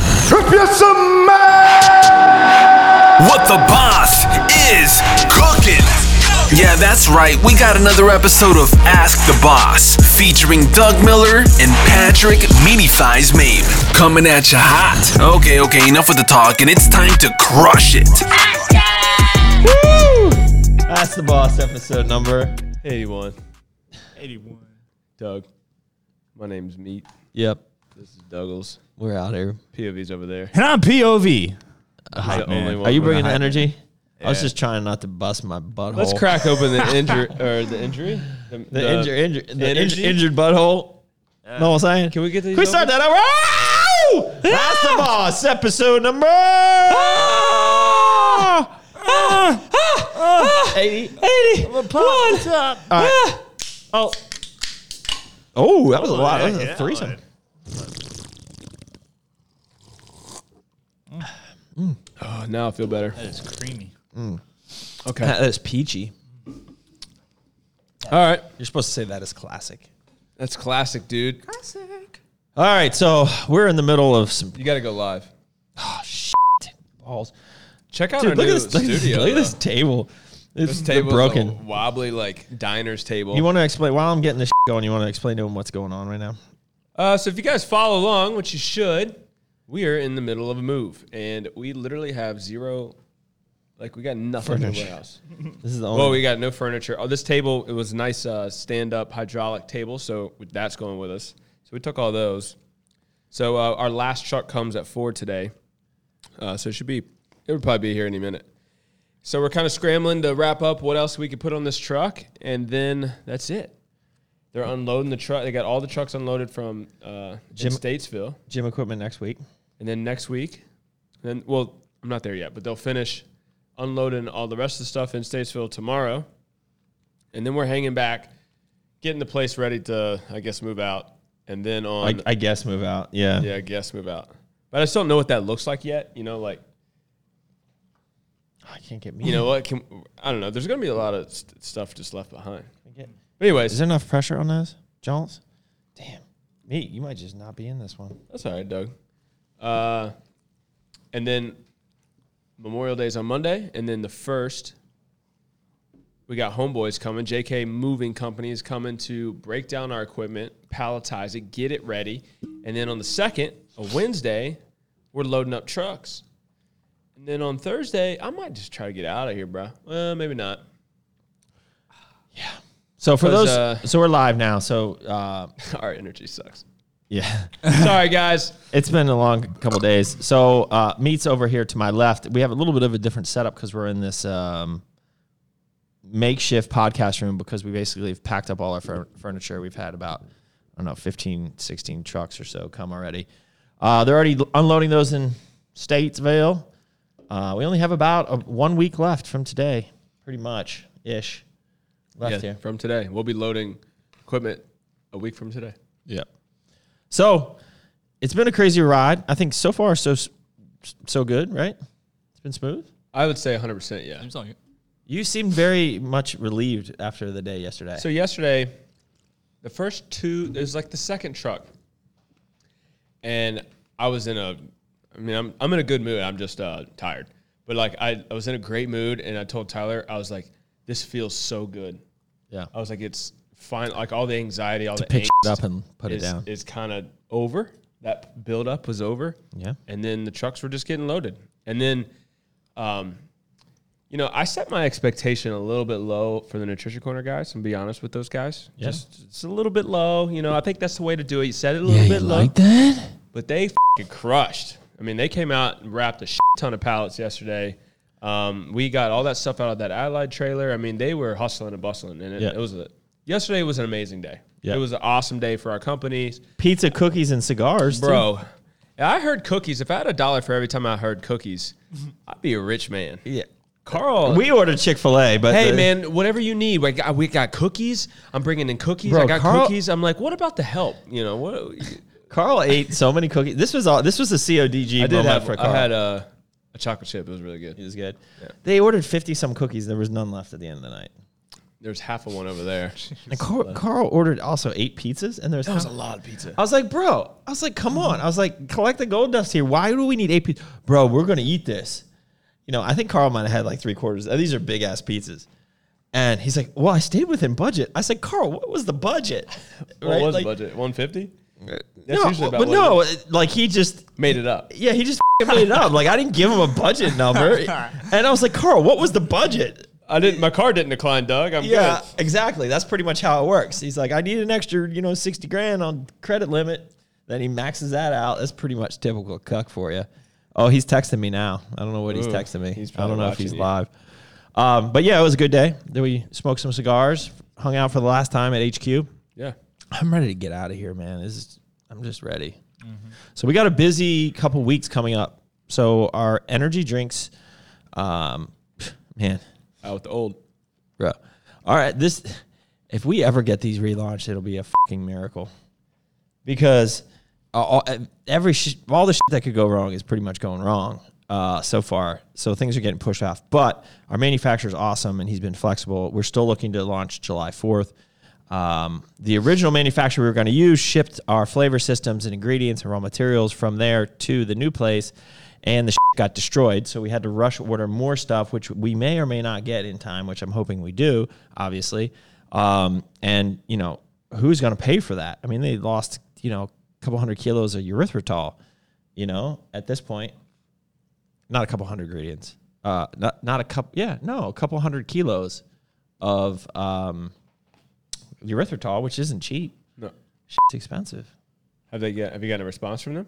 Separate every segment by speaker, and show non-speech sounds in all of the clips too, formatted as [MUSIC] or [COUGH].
Speaker 1: It's a man.
Speaker 2: What the boss is cooking. Yeah, that's right. We got another episode of Ask the Boss featuring Doug Miller and Patrick Meatyfies Mabe coming at you hot. Okay, okay, enough with the talk, and it's time to crush it.
Speaker 3: That's the boss episode number
Speaker 4: 81.
Speaker 5: 81.
Speaker 4: Doug. My name's Meat.
Speaker 3: Yep,
Speaker 4: This is Douglas.
Speaker 3: we're out here.
Speaker 4: POV's over there.
Speaker 5: And I'm POV.
Speaker 4: He's the
Speaker 5: man.
Speaker 4: only one
Speaker 3: Are you
Speaker 4: with-
Speaker 3: bringing the energy? I was
Speaker 4: Yeah.
Speaker 3: just trying not to bust my butthole.
Speaker 4: Let's crack open [LAUGHS] the injury or the injury. The,
Speaker 3: the, injur- injur- the inj-
Speaker 4: energy?
Speaker 3: injured butthole. know what I'm saying?
Speaker 4: Can we get Ah! these?
Speaker 3: Can we start
Speaker 4: open?
Speaker 3: that over? Ow! That's the boss episode number
Speaker 4: Ah!
Speaker 3: 80. 80.
Speaker 5: What's up?
Speaker 3: All
Speaker 4: Ah!
Speaker 3: right.
Speaker 5: Oh,
Speaker 3: Oh, that was a lot. That was
Speaker 5: Yeah,
Speaker 3: a threesome.
Speaker 5: like-
Speaker 4: Oh, now I feel better.
Speaker 5: that is creamy.
Speaker 4: Okay.
Speaker 3: That is peachy.
Speaker 4: All right.
Speaker 3: You're supposed to say that is classic.
Speaker 4: That's classic, dude.
Speaker 3: All right, so we're in the middle of some
Speaker 4: You got to go live.
Speaker 3: balls.
Speaker 4: Check out
Speaker 3: Dude,
Speaker 4: our
Speaker 3: look
Speaker 4: new
Speaker 3: at this look at
Speaker 4: studio.
Speaker 3: this- look at this
Speaker 4: though.
Speaker 3: table. This
Speaker 4: This
Speaker 3: table
Speaker 4: table's
Speaker 3: broken.
Speaker 4: a wobbly like diner's table.
Speaker 3: You want to explain while I'm getting this going? You want to explain to him what's going on right now?
Speaker 4: Uh, so if you guys follow along, which you should, we are in the middle of a move, and we literally have zero, like we got nothing in the
Speaker 3: Furniture.
Speaker 4: warehouse.
Speaker 3: This is the only.
Speaker 4: Well, we got no furniture. Oh, this table it was nice uh, stand-up hydraulic table, so that's going with us. So we took all those. So uh, our last truck comes at four today, uh, so it should be it would probably be here any minute. So we're kind of scrambling to wrap up what else we could put on this truck, and then that's it. They're unloading the truck. They got all the trucks unloaded from uh, in
Speaker 3: Jim-
Speaker 4: Statesville,
Speaker 3: gym equipment next week.
Speaker 4: and then next week, then well, I'm not there yet, but they'll finish unloading all the rest of the stuff in Statesville tomorrow, and then we're hanging back, getting the place ready to, I guess, move out, and then on,
Speaker 3: I, I guess move out. Yeah.
Speaker 4: yeah, I guess move out. But I just don't know what that looks like yet. You know, like
Speaker 3: I can't get me.
Speaker 4: you know what? Can I don't know. There's gonna be a lot of st- stuff just left behind.
Speaker 3: get-
Speaker 4: But anyways,
Speaker 3: is there enough pressure on those Jones? Damn, me. You might just not be in this one.
Speaker 4: That's all right, Doug. Uh, and then Memorial Day is on Monday, and then the first, we got Homeboys coming. JK Moving Company is coming to break down our equipment, palletize it, get it ready, and then on the second, a Wednesday, we're loading up trucks. And then on Thursday, I might just try to get out of here, bro. Well, maybe not. [LAUGHS]
Speaker 3: So for
Speaker 4: Because,
Speaker 3: those,
Speaker 4: uh,
Speaker 3: so we're live now. So uh,
Speaker 4: Our energy sucks.
Speaker 3: yeah,
Speaker 4: Sorry, guys.
Speaker 3: it's been a long couple days. So uh, meets over here to my left. We have a little bit of a different setup because we're in this um, makeshift podcast room because we basically have packed up all our fur- furniture. We've had about I don't know 15, 16 trucks or so come already. Uh, they're already unloading those in Statesville. Uh, we only have about a, one week left from today, pretty much ish left
Speaker 4: Yeah,
Speaker 3: here.
Speaker 4: from today, we'll be loading equipment a week from today.
Speaker 3: Yeah. So it's been a crazy ride. I think so far so so good, right? It's been smooth.
Speaker 4: I would say 100%. Yeah.
Speaker 5: I'm telling you.
Speaker 3: You seemed very much relieved after the day yesterday.
Speaker 4: So yesterday, the first two, it was like the second truck, and I was in a, I mean, I'm I'm in a good mood. I'm just uh, tired, but like I, I was in a great mood, and I told Tyler I was like, this feels so good.
Speaker 3: yeah,
Speaker 4: I was like, it's fine. Like all the anxiety, all the
Speaker 3: pick
Speaker 4: angst
Speaker 3: it up and put it
Speaker 4: is,
Speaker 3: down.
Speaker 4: is kind of over. That buildup was over.
Speaker 3: Yeah.
Speaker 4: And then the trucks were just getting loaded. And then, um, you know, I set my expectation a little bit low for the nutrition corner guys. And be honest with those guys,
Speaker 3: Yeah.
Speaker 4: just it's a little bit low. You know, I think that's the way to do it. You set it a little bit low,
Speaker 3: that?
Speaker 4: but they fing crushed. I mean, they came out and wrapped a shit ton of pallets yesterday. Um, we got all that stuff out of that Allied trailer. I mean, they were hustling and bustling, and it,
Speaker 3: Yeah.
Speaker 4: it was a yesterday was an amazing day.
Speaker 3: Yeah.
Speaker 4: It was an awesome day for our companies.
Speaker 3: Pizza, cookies, and cigars, too.
Speaker 4: Bro, I heard cookies. If I had a dollar for every time I heard cookies, I'd be a rich man.
Speaker 3: Yeah.
Speaker 4: Carl.
Speaker 3: We ordered Chick Fil A, but
Speaker 4: hey,
Speaker 3: the-
Speaker 4: man, whatever you need. We got, we got cookies. I'm bringing in cookies.
Speaker 3: Bro,
Speaker 4: I got
Speaker 3: Carl-
Speaker 4: cookies. I'm like, what about the help? You
Speaker 3: [LAUGHS]
Speaker 4: know, what?
Speaker 3: Carl ate so many cookies. This was all. This was the CODG
Speaker 4: I did
Speaker 3: moment
Speaker 4: have,
Speaker 3: for Carl.
Speaker 4: I had a, a chocolate chip. It was really
Speaker 3: it
Speaker 4: good.
Speaker 3: was good. They ordered fifty some cookies. There was none left at the end of the night.
Speaker 4: There's half of one
Speaker 3: [LAUGHS]
Speaker 4: over there.
Speaker 3: And Carl, Carl ordered also eight pizzas, and there's that was a lot of pizza. I was like, bro, I was like, come on, I was like, collect the gold dust here. Why do we need eight pizzas, bro? We're gonna eat this. You know, I think Carl might have had like three quarters. Uh, These are big ass pizzas. And he's like, well, I stayed within budget. I said, Carl, what was the budget?
Speaker 4: What was
Speaker 3: Like,
Speaker 4: the budget? 150? That's
Speaker 3: No,
Speaker 4: usually about
Speaker 3: but
Speaker 4: what it
Speaker 3: no, it- like he just,
Speaker 4: Made it up.
Speaker 3: yeah, he just [LAUGHS] f***ing made it up. Like I didn't give him a budget
Speaker 4: [LAUGHS]
Speaker 3: number, and I was like, Carl, what was the budget?
Speaker 4: I didn't. My car didn't decline, Doug. I'm
Speaker 3: Yeah,
Speaker 4: good.
Speaker 3: exactly. That's pretty much how it works. He's like, I need an extra, you know, 60 grand on credit limit. Then he maxes that out. That's pretty much typical cuck for you. Oh, he's texting me now. I don't know what he's
Speaker 4: Ooh,
Speaker 3: texting me.
Speaker 4: he's
Speaker 3: I
Speaker 4: probably
Speaker 3: don't know if
Speaker 4: watching
Speaker 3: he's
Speaker 4: you.
Speaker 3: live. Um, but yeah, it was a good day. Then we smoked some cigars, hung out for the last time at HQ.
Speaker 4: Yeah.
Speaker 3: I'm ready to get out of here, man. This is, I'm just ready.
Speaker 4: Mm-hmm.
Speaker 3: So we got a busy couple weeks coming up. So our energy drinks, um, man,
Speaker 4: Out with the old.
Speaker 3: bro. All right, this if we ever get these relaunched, it'll be a fucking miracle because uh, all, every sh- all the shit that could go wrong is pretty much going wrong uh, so far. So things are getting pushed off, but our manufacturer's awesome and he's been flexible. We're still looking to launch July fourth. Um, the original manufacturer we were going to use shipped our flavor systems and ingredients and raw materials from there to the new place, and the shit got destroyed. So we had to rush order more stuff, which we may or may not get in time, which I'm hoping we do, obviously. Um, and you know, who's going to pay for that? I mean, they lost you know a couple hundred kilos of erythritol, you know, at this point, not a couple hundred ingredients, uh, not not a couple, yeah, no, a couple hundred kilos of um, erythritol, which isn't cheap.
Speaker 4: No.
Speaker 3: Shit's expensive.
Speaker 4: Have they get? Have you gotten a response from them?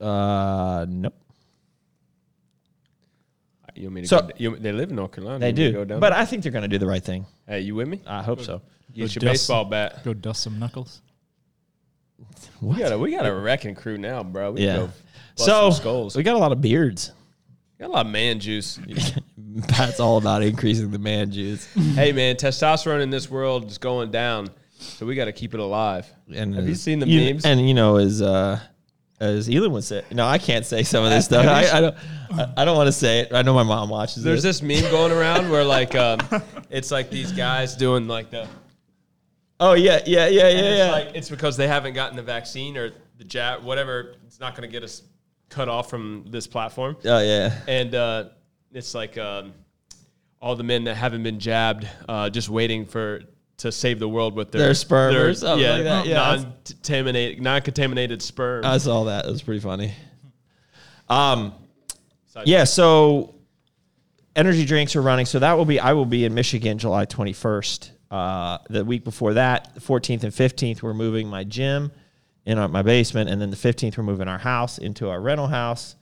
Speaker 3: Uh, nope.
Speaker 4: You want me to
Speaker 3: So-
Speaker 4: go, d- you, they live in North Carolina.
Speaker 3: They
Speaker 4: You want me to
Speaker 3: do,
Speaker 4: go down
Speaker 3: but
Speaker 4: there?
Speaker 3: I think they're going to do the right thing.
Speaker 4: hey, you with me?
Speaker 3: I hope so.
Speaker 4: Get your
Speaker 5: Dustin.
Speaker 4: baseball bat.
Speaker 5: Go dust some knuckles.
Speaker 3: What?
Speaker 4: We got a we got a wrecking crew now, bro. We
Speaker 3: yeah.
Speaker 4: go bust
Speaker 3: So
Speaker 4: some skulls.
Speaker 3: we got a lot of beards. [LAUGHS]
Speaker 4: got a lot of
Speaker 3: [CLEARS THROAT]
Speaker 4: man juice.
Speaker 3: That's all about increasing the man juice.
Speaker 4: hey man, testosterone in this world is going down, so we got to keep it alive.
Speaker 3: And
Speaker 4: Have you
Speaker 3: as-
Speaker 4: seen the memes?
Speaker 3: And you know, as uh, as Elon would say, no, I can't say some of this stuff. I, I don't. I, I don't want to say it. I know my mom watches
Speaker 4: There's
Speaker 3: this.
Speaker 4: this meme going around where
Speaker 3: [LAUGHS]
Speaker 4: like um, it's like these guys doing like the
Speaker 3: Oh yeah, yeah, yeah,
Speaker 4: And
Speaker 3: yeah,
Speaker 4: it's
Speaker 3: yeah.
Speaker 4: like it's because they haven't gotten the vaccine or the jab, whatever. It's not going to get us cut off from this platform.
Speaker 3: oh yeah.
Speaker 4: And uh, it's like um, all the men that haven't been jabbed, uh, just waiting for to save the world with their,
Speaker 3: Their sperm or something
Speaker 4: yeah,
Speaker 3: like that. Yeah, that's- Uh,
Speaker 4: non-contaminated, non-contaminated sperm.
Speaker 3: I saw that. It was pretty funny. Um,
Speaker 4: Side-
Speaker 3: yeah. So energy drinks are running. So that will be. I will be in Michigan July 21st. Uh, the week before that, the 14th and 15th, we're moving my gym in our, my basement, and then the 15th, we're moving our house into our rental house.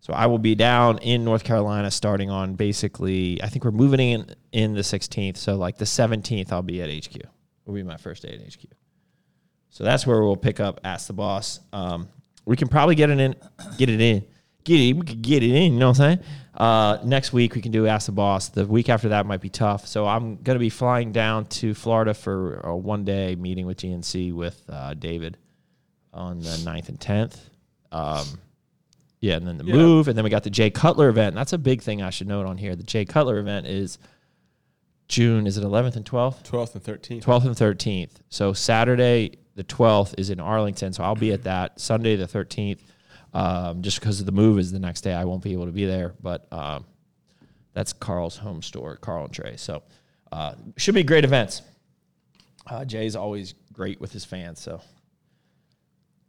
Speaker 3: So I will be down in North Carolina starting on basically. I think we're moving in in the 16th. So like the 17th, I'll be at HQ. Will be my first day at HQ. So that's where we'll pick up. Ask the boss. Um, we can probably get it in, get it in, get it. We could get it in. You know what I'm saying? Uh, next week we can do ask the boss. The week after that might be tough. So I'm gonna be flying down to Florida for a one day meeting with GNC with uh, David on the 9th and tenth. Um, yeah, and then the move, and then we got the Jay Cutler event. And that's a big thing I should note on here. The Jay Cutler event is June. Is it 11th and 12th?
Speaker 4: 12th and 13th.
Speaker 3: 12th and 13th. So Saturday the 12th is in Arlington, so I'll be at that. Sunday the 13th, um, just because of the move is the next day, I won't be able to be there. But um, that's Carl's home store, Carl and Trey. So uh, should be great events. Uh, Jay's always great with his fans, so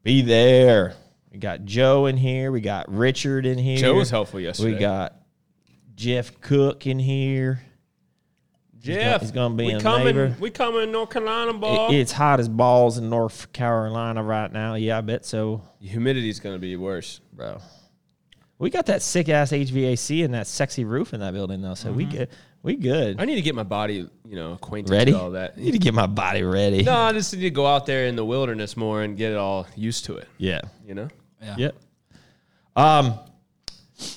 Speaker 3: be there. We got Joe in here. We got Richard in here.
Speaker 4: Joe was helpful yesterday.
Speaker 3: We got Jeff Cook in here.
Speaker 4: Jeff.
Speaker 3: he's gonna be
Speaker 4: we
Speaker 3: a
Speaker 4: coming.
Speaker 3: neighbor.
Speaker 4: We coming North Carolina, ball.
Speaker 3: It, it's hot as balls in North Carolina right now. Yeah, I bet so,
Speaker 4: Humidity's going to be worse.
Speaker 3: bro. We got that sick ass HVAC and that sexy roof in that building though, so we good. We good.
Speaker 4: Mm-hmm. I need to get my body, you know, acquainted
Speaker 3: Ready?
Speaker 4: to all that.
Speaker 3: I need to get my body ready.
Speaker 4: No, I just need to go out there in the wilderness more and get it all used to it.
Speaker 3: Yeah.
Speaker 4: You know,
Speaker 3: Yep. Um.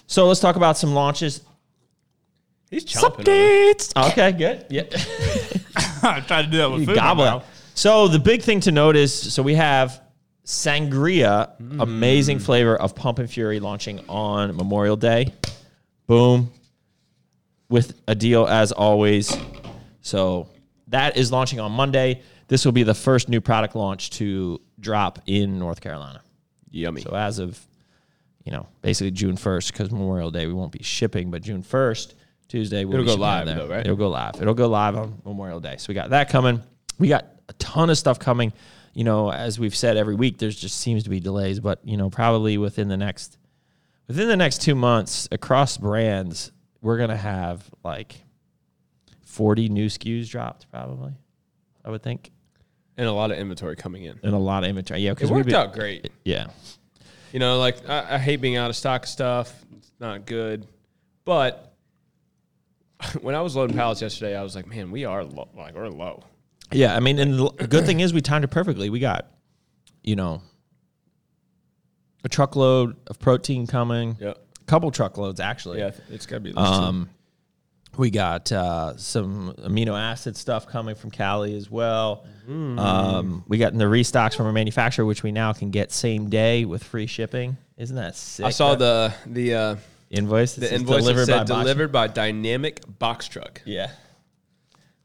Speaker 3: So let's talk about some launches.
Speaker 4: he's chomping. on it.
Speaker 3: Updates. Oh, Okay, good. [LAUGHS] Yeah.
Speaker 5: [LAUGHS] I tried to do that with food. in my
Speaker 3: Goblin.
Speaker 5: mouth.
Speaker 3: So the big thing to notice, so we have sangria,
Speaker 5: Mm.
Speaker 3: amazing flavor of Pump and Fury launching on Memorial Day. Boom. With a deal as always. So that is launching on Monday. This will be the first new product launch to drop in North Carolina.
Speaker 4: Yummy.
Speaker 3: So as of, you know, basically June first, because Memorial Day we won't be shipping, but June first, Tuesday, we'll
Speaker 4: It'll
Speaker 3: be
Speaker 4: go
Speaker 3: shipping out
Speaker 4: live,
Speaker 3: there.
Speaker 4: though, right?
Speaker 3: It'll go live. It'll go live on Memorial Day. So we got that coming. We got a ton of stuff coming. You know, as we've said every week, there's just seems to be delays, but you know, probably within the next within the next two months across brands, we're gonna have like forty new SKUs dropped, probably. I would think,
Speaker 4: and a lot of inventory coming in.
Speaker 3: and a lot of inventory. Yeah,
Speaker 4: It
Speaker 3: because
Speaker 4: worked out great.
Speaker 3: Yeah,
Speaker 4: You know, like I, I hate being out of stock of stuff. It's not good. But [LAUGHS] when I was loading pallets yesterday, I was like, man, we are lo- like we're low.
Speaker 3: Yeah, I mean, and the good thing is we timed it perfectly. We got, you know, a truckload of protein coming.
Speaker 4: Yep.
Speaker 3: A couple truckloads actually.
Speaker 4: Yeah, it's gotta be.
Speaker 3: Um, we got uh, some amino acid stuff coming from Cali as well.
Speaker 4: Mm-hmm.
Speaker 3: Um, we got the restocks from our manufacturer, which we now can get same day with free shipping. Isn't that sick?
Speaker 4: I saw the the uh,
Speaker 3: invoice. that
Speaker 4: the
Speaker 3: says
Speaker 4: invoice delivered
Speaker 3: by
Speaker 4: said
Speaker 3: box.
Speaker 4: delivered by Dynamic Box Truck.
Speaker 3: Yeah.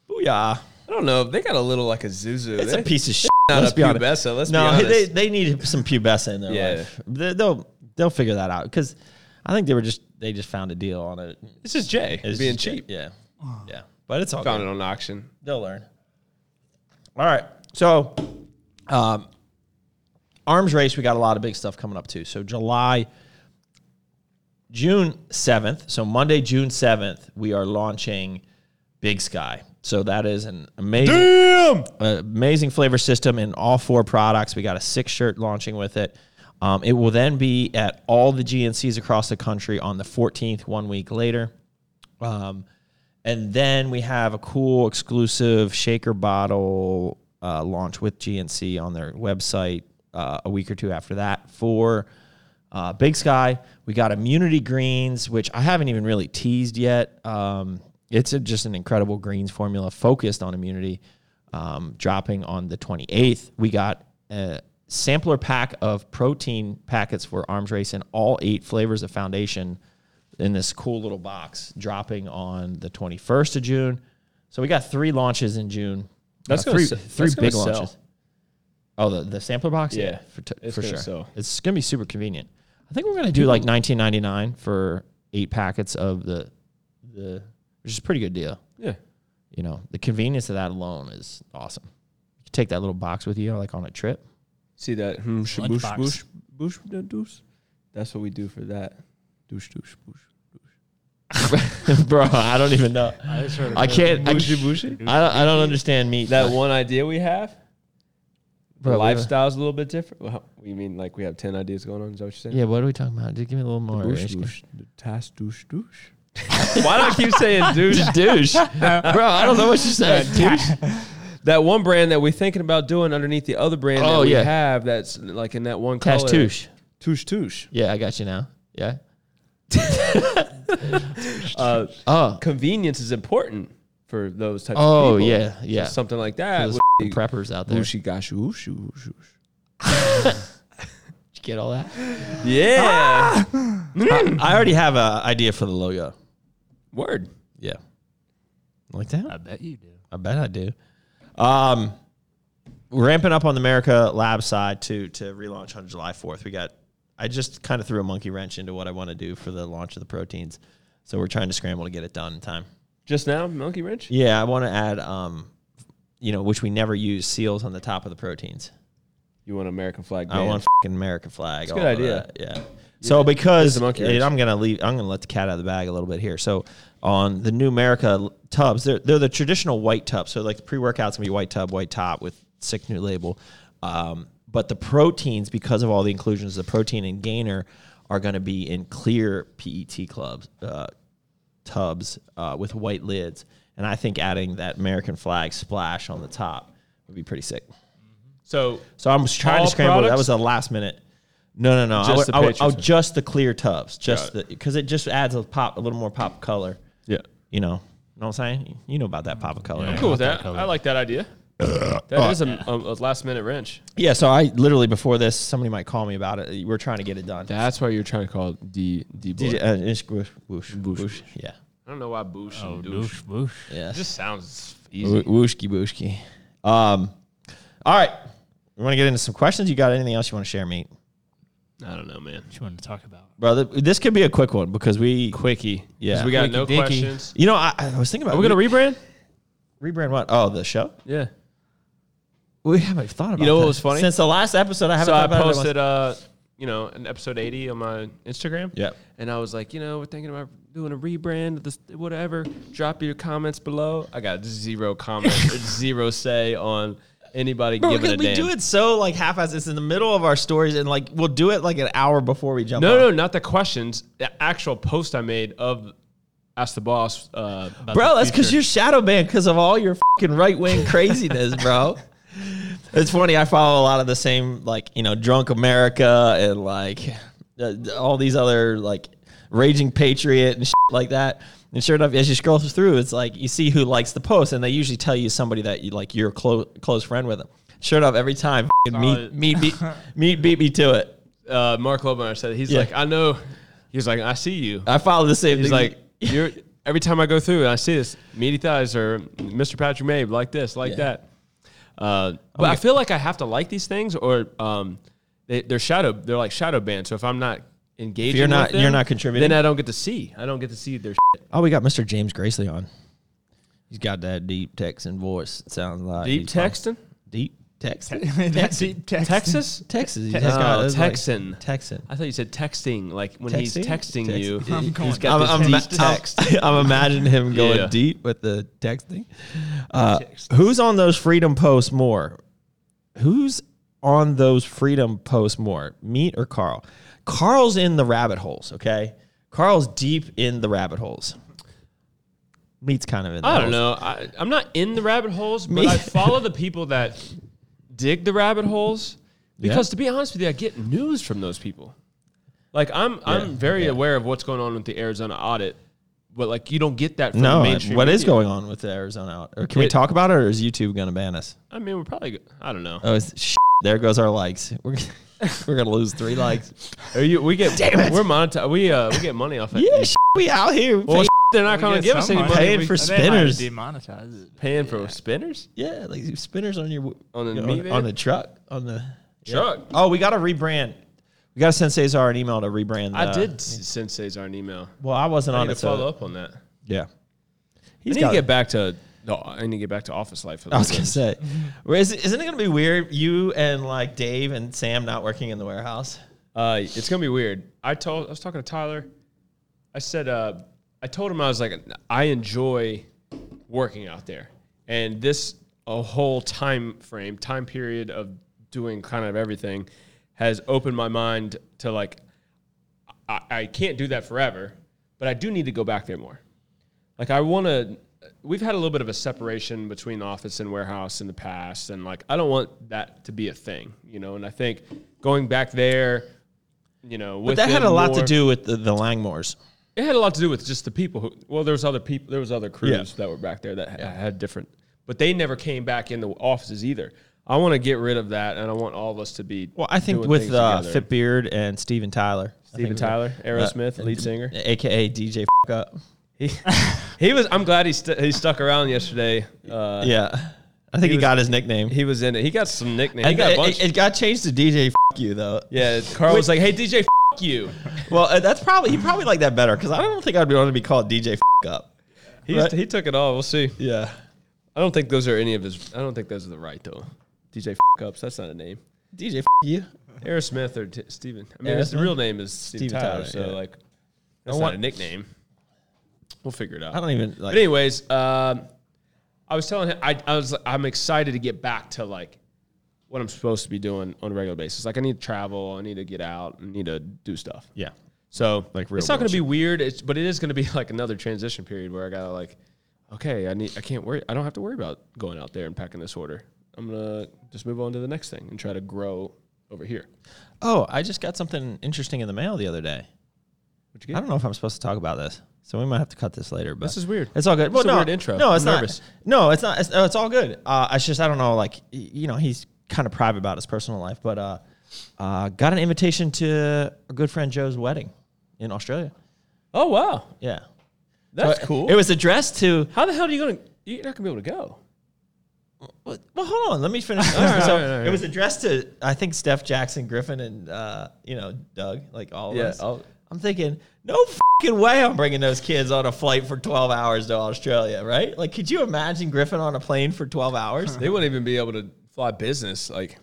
Speaker 3: Booyah.
Speaker 4: I don't know. They got a little like a Zuzu.
Speaker 3: It's
Speaker 4: They-
Speaker 3: a piece of shit.
Speaker 4: not
Speaker 3: let's
Speaker 4: a
Speaker 3: be honest.
Speaker 4: pubesa, let's be
Speaker 3: no,
Speaker 4: honest.
Speaker 3: they they need some pubesa in their
Speaker 4: Yeah.
Speaker 3: life. They, they'll they'll figure that out because I think they were just they just found a deal on it.
Speaker 4: This is Jay.
Speaker 3: It's
Speaker 4: being
Speaker 3: just-
Speaker 4: cheap.
Speaker 3: Yeah, yeah, but it's all
Speaker 4: Found
Speaker 3: good.
Speaker 4: it on auction.
Speaker 3: They'll learn. All right, so um, arms race. We got a lot of big stuff coming up too. So July. June 7th, so Monday, June 7th, we are launching Big Sky. So that is an amazing uh, amazing flavor system in all four products. We got a six shirt launching with it. Um, it will then be at all the GNCs across the country on the 14th, one week later. Um, and then we have a cool exclusive shaker bottle uh, launch with GNC on their website uh, a week or two after that for uh, Big Sky. We got Immunity Greens, which I haven't even really teased yet. Um, it's a, just an incredible greens formula focused on immunity, um, dropping on the 28th. We got a sampler pack of protein packets for Arms Race in all eight flavors of Foundation in this cool little box, dropping on the 21st of June. So we got three launches in June.
Speaker 4: That's gonna
Speaker 3: Uh, three,
Speaker 4: se-
Speaker 3: three
Speaker 4: that's gonna
Speaker 3: big
Speaker 4: sell.
Speaker 3: launches. Oh, the, the sampler box?
Speaker 4: Yeah,
Speaker 3: for, t-
Speaker 4: it's
Speaker 3: for
Speaker 4: gonna
Speaker 3: sure.
Speaker 4: sell.
Speaker 3: It's going to be super convenient. I think we're going to do like 19.99 for eight packets of the the which is a pretty good deal.
Speaker 4: Yeah.
Speaker 3: You know, the convenience of that alone is awesome. You can take that little box with you like on a trip. [LAUGHS]
Speaker 4: See that? Hmm, shabush,
Speaker 5: Lunchbox.
Speaker 4: boosh, boosh, da- doosh. That's what we do for that. Douche, douche, boosh.
Speaker 3: Bro, I don't even know.
Speaker 5: I just heard
Speaker 3: I can't I,
Speaker 4: Booshy, booshy.
Speaker 3: I don't, I don't understand meat.
Speaker 4: That one idea we have,
Speaker 3: Bro,
Speaker 4: the
Speaker 3: we-
Speaker 4: lifestyle's a little bit different. Well, you mean like we have 10 ideas going on? Is that what you're saying?
Speaker 3: Yeah, what are we talking about? Just give me a little more.
Speaker 4: Boosh,
Speaker 3: Just-
Speaker 4: boosh. The task, douche, douche. [LAUGHS] Why do I keep saying douche?
Speaker 3: Just [LAUGHS] douche. Bro, I don't know what you said. [LAUGHS] Douche.
Speaker 4: That one brand that we're thinking about doing underneath the other brand
Speaker 3: Oh,
Speaker 4: that we
Speaker 3: yeah.
Speaker 4: have that's like in that one color.
Speaker 3: Tash touche.
Speaker 4: Touche, touche.
Speaker 3: Yeah, I got you now. Yeah.
Speaker 4: [LAUGHS] Uh,
Speaker 3: Oh.
Speaker 4: convenience is important for those types
Speaker 3: Oh,
Speaker 4: of people.
Speaker 3: yeah, yeah.
Speaker 4: So something like that.
Speaker 3: Those
Speaker 4: would be-
Speaker 3: preppers out [LAUGHS] there.
Speaker 4: Booshy, gosh, oosh, oosh, oosh.
Speaker 3: Did you get all that? Ah!
Speaker 4: Yeah.
Speaker 3: I already have an idea for the logo.
Speaker 4: Word.
Speaker 3: Yeah. Like that?
Speaker 5: I bet you do.
Speaker 3: I bet I do. Um, ramping up on the America Lab side to to relaunch on July fourth. We got. I just kind of threw a monkey wrench into what I want to do for the launch of the proteins, so we're trying to scramble to get it done in time.
Speaker 4: Just now, monkey wrench.
Speaker 3: Yeah, I want to add, um, you know, which we never use seals on the top of the proteins.
Speaker 4: You want American flag?
Speaker 3: I
Speaker 4: band.
Speaker 3: want fucking American flag.
Speaker 4: a good
Speaker 3: all of
Speaker 4: idea.
Speaker 3: that, Yeah. So because
Speaker 4: monkey
Speaker 3: and
Speaker 4: wrench.
Speaker 3: I'm gonna leave, I'm gonna let the cat out of the bag a little bit here. So on the new America l- tubs, they're they're the traditional white tub. So like the pre workouts gonna be white tub, white top with sick new label. Um, but the proteins, because of all the inclusions, the protein and gainer are gonna be in clear PET clubs uh, tubs uh, with white lids. And I think adding that American flag splash on the top would be pretty sick.
Speaker 4: So
Speaker 3: So I'm just trying
Speaker 4: All
Speaker 3: to scramble. That
Speaker 4: products?
Speaker 3: was the last minute. No, no, no. I
Speaker 4: Just
Speaker 3: would,
Speaker 4: the
Speaker 3: I would-
Speaker 4: pictures.
Speaker 3: I would just the clear tubs, just
Speaker 4: Got
Speaker 3: the because it just adds a pop, a little more pop color.
Speaker 4: yeah,
Speaker 3: You know, know what I'm saying? You know about that pop of color.
Speaker 4: cool with that. I like that idea. That is a, a, a last minute wrench.
Speaker 3: Yeah. So I literally before this, somebody might call me about it. We're trying to get it done.
Speaker 4: That's why you're trying to call it D D
Speaker 3: Did you- uh, it's whoosh, whoosh, whoosh. Yeah.
Speaker 4: I don't know why Boosh
Speaker 5: Oh,
Speaker 4: and
Speaker 5: douche,
Speaker 4: Douche.
Speaker 5: boosh.
Speaker 4: It
Speaker 3: Yes.
Speaker 4: just sounds easy.
Speaker 3: Wo- Wooshki booshki. Um, all right. We want to get into some questions. You got anything else you want to share, meat?
Speaker 4: I don't know, man.
Speaker 5: What you want to talk about?
Speaker 3: Brother, this could be a quick one because we,
Speaker 4: Quickie.
Speaker 3: Yeah.
Speaker 4: We got
Speaker 5: Quickie
Speaker 4: no
Speaker 5: dinky.
Speaker 4: questions.
Speaker 3: you know, I, I was thinking about
Speaker 4: Are we going to rebrand?
Speaker 3: re- rebrand what? Oh, the show?
Speaker 4: Yeah.
Speaker 3: We haven't thought about
Speaker 4: know what
Speaker 3: that.
Speaker 4: was funny?
Speaker 3: Since the last episode, I haven't
Speaker 4: So
Speaker 3: thought
Speaker 4: I
Speaker 3: about it.
Speaker 4: posted, uh, you know, an episode 80 on my Instagram.
Speaker 3: Yeah.
Speaker 4: And I was like, you know, we're thinking about doing a rebrand, of this whatever. Drop your comments below. I got
Speaker 3: [LAUGHS]
Speaker 4: zero comments, zero say on anybody
Speaker 3: Bro,
Speaker 4: giving
Speaker 3: because
Speaker 4: a
Speaker 3: we
Speaker 4: damn.
Speaker 3: do it so like half assed It's in the middle of our stories, and like we'll do it like an hour before we jump.
Speaker 4: No, no,
Speaker 3: on.
Speaker 4: not the questions. The actual post I made of Ask the Boss. Uh,
Speaker 3: bro, that's because you're shadow banned because of all your fucking right
Speaker 4: [LAUGHS]
Speaker 3: wing craziness, bro. It's funny. I follow a lot of the same like you know drunk America and like uh, all these other like raging patriot and shit like that. And sure enough, as you scroll through, it's like you see who likes the post, and they usually tell you somebody that you like you're a clo- close friend with them. Sure enough, every time f***ing meat,
Speaker 4: it.
Speaker 3: meat, beat, meat beat me to it.
Speaker 4: uh, Mark Lobemeyer said, he's
Speaker 3: Yeah.
Speaker 4: like, I know. He was like, I see you.
Speaker 3: I follow the same.
Speaker 4: He's
Speaker 3: thing.
Speaker 4: like, [LAUGHS] you're. Every time I go through and I see this, meaty thighs or Mr. Patrick Mabe, like this, like
Speaker 3: Yeah.
Speaker 4: that. Uh, but I feel like I have to like these things, or um, they, they're shadow. They're like shadow banned. So if I'm not engaging,
Speaker 3: you're
Speaker 4: with
Speaker 3: not-
Speaker 4: them,
Speaker 3: you're not contributing?
Speaker 4: Then I don't get to see. I don't get to see their.
Speaker 3: Oh, we got Mr. James Gracely on. He's got that deep Texan voice. It sounds like
Speaker 4: Deep
Speaker 3: he's from-
Speaker 4: texting,
Speaker 3: Deep Texan.
Speaker 4: [LAUGHS]
Speaker 5: That's deep text.
Speaker 4: Texas.
Speaker 3: Texas. He's
Speaker 4: Texan.
Speaker 3: got-
Speaker 4: Oh,
Speaker 3: that's like-
Speaker 4: Texan.
Speaker 3: Texan.
Speaker 4: I thought you said texting, like when he's
Speaker 3: Texting?
Speaker 4: texting you.
Speaker 3: Text- I'm
Speaker 4: he's
Speaker 5: going-
Speaker 4: got this
Speaker 3: I'm,
Speaker 4: deep text.
Speaker 3: [LAUGHS] I'm imagining
Speaker 4: [LAUGHS]
Speaker 3: him going
Speaker 4: Yeah.
Speaker 3: deep with the texting. Uh, who's on those freedom posts more? Who's on those freedom posts more? Meat or Carl? Carl's in the rabbit holes, okay? Carl's deep in the rabbit holes. Meat's kind of in the
Speaker 4: I don't
Speaker 3: [LAUGHS] holes.
Speaker 4: know. I, I'm not in the rabbit holes, but
Speaker 3: Me-
Speaker 4: I follow the people that dig the rabbit holes because, to be honest with you, I get news from those people. Like I'm, I'm very aware of what's going on with the Arizona audit, but like you don't get that from
Speaker 3: No,
Speaker 4: the
Speaker 3: what is
Speaker 4: mainstream. media.
Speaker 3: going on with the Arizona out? Or can we
Speaker 4: It-
Speaker 3: talk about it, or is YouTube going to ban us?
Speaker 4: I mean, we're probably. go-
Speaker 3: [LAUGHS]
Speaker 4: I don't know.
Speaker 3: Oh, it's, sh- there goes our likes. [LAUGHS] We're, we're going to lose three likes.
Speaker 4: Are you? We get.
Speaker 3: Damn it.
Speaker 4: We're monetized. We uh, we get money off it.
Speaker 3: Yeah, sh- we out here.
Speaker 4: Well,
Speaker 3: paying-
Speaker 4: sh- they're not going to give us any money.
Speaker 3: Paying
Speaker 4: We-
Speaker 3: for
Speaker 5: I think I might
Speaker 3: spinners.
Speaker 5: Demonetize it.
Speaker 4: paying for spinners.
Speaker 3: yeah, like you spinners on your
Speaker 4: On the
Speaker 3: you know,
Speaker 4: meat
Speaker 3: on,
Speaker 4: van?
Speaker 3: the truck on the yeah.
Speaker 4: Truck.
Speaker 3: Oh, we got to rebrand. We got to send Cesar an email to rebrand.
Speaker 4: I
Speaker 3: the-
Speaker 4: did s- send Cesar an email.
Speaker 3: Well, I wasn't
Speaker 4: Uh, I
Speaker 3: on
Speaker 4: need to
Speaker 3: it. So
Speaker 4: follow up on that.
Speaker 3: yeah,
Speaker 4: I
Speaker 3: he's
Speaker 4: need
Speaker 3: got.
Speaker 4: to
Speaker 3: Get
Speaker 4: get back to. No, I need to get back to office life.
Speaker 3: [LAUGHS]
Speaker 4: For
Speaker 3: I was
Speaker 4: this.
Speaker 3: gonna
Speaker 4: [LAUGHS]
Speaker 3: say, Well, is, isn't it gonna be weird? You and like Dave and Sam not working in the warehouse.
Speaker 4: Uh, it's gonna be weird. I told I was talking to Tyler. I said uh, I told him I was like I enjoy working out there, and this a whole time frame, time period of doing kind of everything, has opened my mind to like I, I can't do that forever, but I do need to go back there more. Like I want to. We've had a little bit of a separation between office and warehouse in the past, and like I don't want that to be a thing, you know. And I think going back there, you know,
Speaker 3: But that had a lot to do with the, the Langmores.
Speaker 4: It had a lot to do with just the people who. Well, there was other people. There was other crews
Speaker 3: Yeah.
Speaker 4: that were back there that ha- had different, but they never came back in the offices either. I want to get rid of that, and I want all of us to be.
Speaker 3: Well, I think
Speaker 4: doing
Speaker 3: with
Speaker 4: things
Speaker 3: uh,
Speaker 4: together.
Speaker 3: Fit Beard and Steven Tyler. I
Speaker 4: Steven
Speaker 3: think we-
Speaker 4: Tyler, Aerosmith, lead singer.
Speaker 3: AKA DJ F- Up.
Speaker 4: He was. I'm glad he st- he stuck around yesterday. Uh,
Speaker 3: Yeah. I think he,
Speaker 4: was-
Speaker 3: got his nickname.
Speaker 4: He was in it. He got some nicknames. He
Speaker 3: And
Speaker 4: got a
Speaker 3: it-
Speaker 4: bunch.
Speaker 3: it, it got changed to DJ F- You, though.
Speaker 4: Yeah, Carl was like, "Hey DJ, f- you."
Speaker 3: Well, uh, that's probably, he probably liked that better because I don't think I'd be able to be called DJ F- Up.
Speaker 4: He
Speaker 3: Right.
Speaker 4: he took it all. We'll see.
Speaker 3: Yeah.
Speaker 4: I don't think those are any of his. I don't think those are the right though. DJ f- ups. That's not a name.
Speaker 3: DJ F- You.
Speaker 4: Aerosmith or t- Steven. I mean, his
Speaker 3: Aerosmith?
Speaker 4: real name is Steve
Speaker 3: Steven
Speaker 4: Tyler,
Speaker 3: Tyler,
Speaker 4: So
Speaker 3: yeah.
Speaker 4: like, that's
Speaker 3: want-
Speaker 4: not a nickname. We'll figure it out.
Speaker 3: I don't even
Speaker 4: But
Speaker 3: like.
Speaker 4: anyways, um, I was telling him I, I was like, I'm excited to get back to like what I'm supposed to be doing on a regular basis. Like I need to travel. I need to get out. I need to do stuff.
Speaker 3: yeah.
Speaker 4: So
Speaker 3: Like real
Speaker 4: it's not
Speaker 3: world
Speaker 4: going to be weird. It's but it is going to be [LAUGHS] like another transition period where I gotta like, okay, I need I can't worry. I don't have to worry about going out there and packing this order. I'm gonna just move on to the next thing and try to grow over here.
Speaker 3: Oh, I just got something interesting in the mail the other day.
Speaker 4: What
Speaker 3: I
Speaker 4: you get?
Speaker 3: don't know if I'm supposed to talk about this, so we might have to cut this later. But
Speaker 4: This is weird.
Speaker 3: It's all good.
Speaker 4: This
Speaker 3: Well,
Speaker 4: is a
Speaker 3: no,
Speaker 4: weird intro.
Speaker 3: No, it's
Speaker 4: I'm
Speaker 3: not.
Speaker 4: nervous.
Speaker 3: No, it's not. It's, no, it's all good. Uh, it's just I don't know. Like y- you know, he's kind of private about his personal life, but uh, uh, got an invitation to our good friend Joe's wedding in Australia.
Speaker 4: Oh wow,
Speaker 3: Yeah,
Speaker 4: That's
Speaker 3: But
Speaker 4: cool.
Speaker 3: It was addressed to.
Speaker 4: How the hell are you gonna? You're not gonna be able to go.
Speaker 3: Well, hold on. Let me finish.
Speaker 4: [LAUGHS]
Speaker 3: so it was addressed to I think Steph Jackson Griffin and uh, you know Doug, like all of
Speaker 4: Yeah,
Speaker 3: us.
Speaker 4: all-
Speaker 3: I'm thinking, no fucking way, I'm bringing those kids on a flight for 12 hours to Australia, right? Like, could you imagine Griffin on a plane for 12
Speaker 4: [LAUGHS]
Speaker 3: hours?
Speaker 4: They wouldn't even be able to fly business. Like,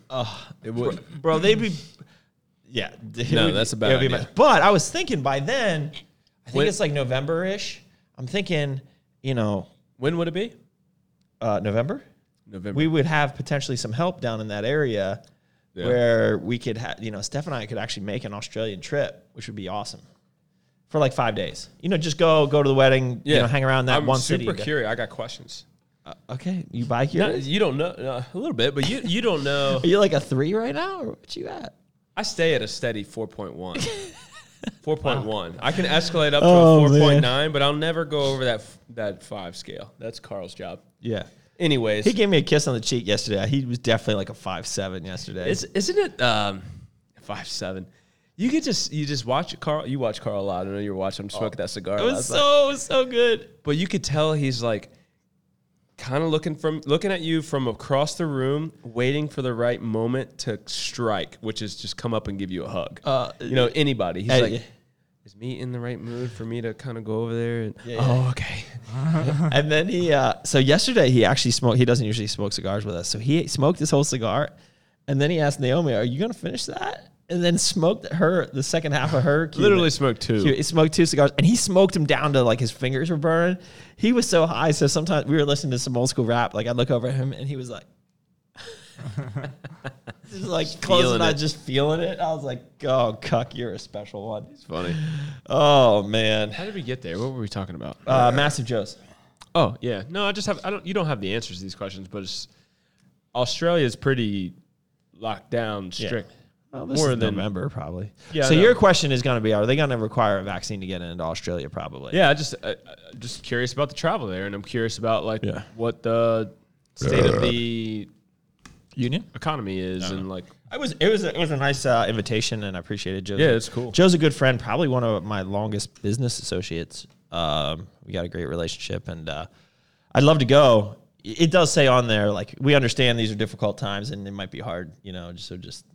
Speaker 4: it would.
Speaker 3: bro. They'd be, [LAUGHS] yeah.
Speaker 4: No,
Speaker 3: it would-
Speaker 4: that's a bad
Speaker 3: it would be
Speaker 4: idea.
Speaker 3: bad. But I was thinking by then, I think
Speaker 4: When-
Speaker 3: it's like November ish. I'm thinking, you know,
Speaker 4: When would it be?
Speaker 3: uh, November.
Speaker 4: November.
Speaker 3: We would have potentially some help down in that area
Speaker 4: Yeah.
Speaker 3: where we could have, you know, Steph and I could actually make an Australian trip, which would be awesome for like five days. You know, just go go to the wedding, you know, hang around that
Speaker 4: I'm
Speaker 3: one
Speaker 4: super
Speaker 3: city.
Speaker 4: curious. I got questions.
Speaker 3: Okay, you buy here.
Speaker 4: No, you don't know no, a little bit, but you you don't know.
Speaker 3: [LAUGHS] Are you like a three right now, or what you at?
Speaker 4: I stay at a steady four
Speaker 3: [LAUGHS]
Speaker 4: point one. Four point one. I can escalate up to
Speaker 3: Oh,
Speaker 4: a four
Speaker 3: man.
Speaker 4: point nine, but I'll never go over that f- that five scale. That's Carl's job.
Speaker 3: Yeah.
Speaker 4: Anyways,
Speaker 3: He gave me a kiss on the cheek yesterday. He was definitely like a five seven yesterday.
Speaker 4: Is, isn't it um, five seven? You could just you just watch Carl. You watch Carl a lot. I know you're watching him smoke that cigar.
Speaker 3: Oh, It
Speaker 4: a lot.
Speaker 3: was
Speaker 4: It's like-
Speaker 3: so so good.
Speaker 4: but you could tell he's like kind of looking from looking at you from across the room, waiting for the right moment to strike, which is just come up and give you a hug.
Speaker 3: Uh,
Speaker 4: you know anybody? He's
Speaker 3: Hey,
Speaker 4: like,
Speaker 3: yeah.
Speaker 4: is me in the right mood for me to kind of go over there? And,
Speaker 3: Yeah,
Speaker 4: Oh, okay.
Speaker 3: [LAUGHS] And then he, uh, so yesterday he actually smoked. He doesn't usually smoke cigars with us, so he smoked his whole cigar, and then he asked Naomi, "Are you gonna finish that?" And then smoked her the second half of her. Cuban.
Speaker 4: Literally smoked two.
Speaker 3: He smoked two cigars, and he smoked them down to like his fingers were burning. He was so high, so sometimes we were listening to some old school rap. Like I'd look over at him, and he was like, [LAUGHS] just like closing
Speaker 4: feeling
Speaker 3: eyes,
Speaker 4: it.
Speaker 3: just feeling it. I was like, "Oh, cuck, you're a special one."
Speaker 4: It's funny.
Speaker 3: Oh man,
Speaker 4: How did we get there? What were we talking about?
Speaker 3: uh, massive Joe's.
Speaker 4: Oh yeah, no, I just have I don't. You don't have the answers to these questions, but it's, Australia is pretty locked down, strict.
Speaker 3: Well, this
Speaker 4: More
Speaker 3: is
Speaker 4: than-
Speaker 3: November, probably.
Speaker 4: Yeah, I
Speaker 3: So
Speaker 4: know.
Speaker 3: your question is going to be: Are they going to require a vaccine to get into Australia? Probably.
Speaker 4: Yeah, I just I, I- just curious about the travel there, and I'm curious about like
Speaker 3: Yeah.
Speaker 4: what the state of the
Speaker 5: Union?
Speaker 4: economy is, and like
Speaker 3: It was it was a, it was a nice uh, invitation, and I appreciated Joe.
Speaker 4: Yeah, it's cool.
Speaker 3: Joe's a good friend, probably one of my longest business associates. Um, we got a great relationship, and uh, I'd love to go. It it does say on there like we understand these are difficult times, and it might be hard, you know. So just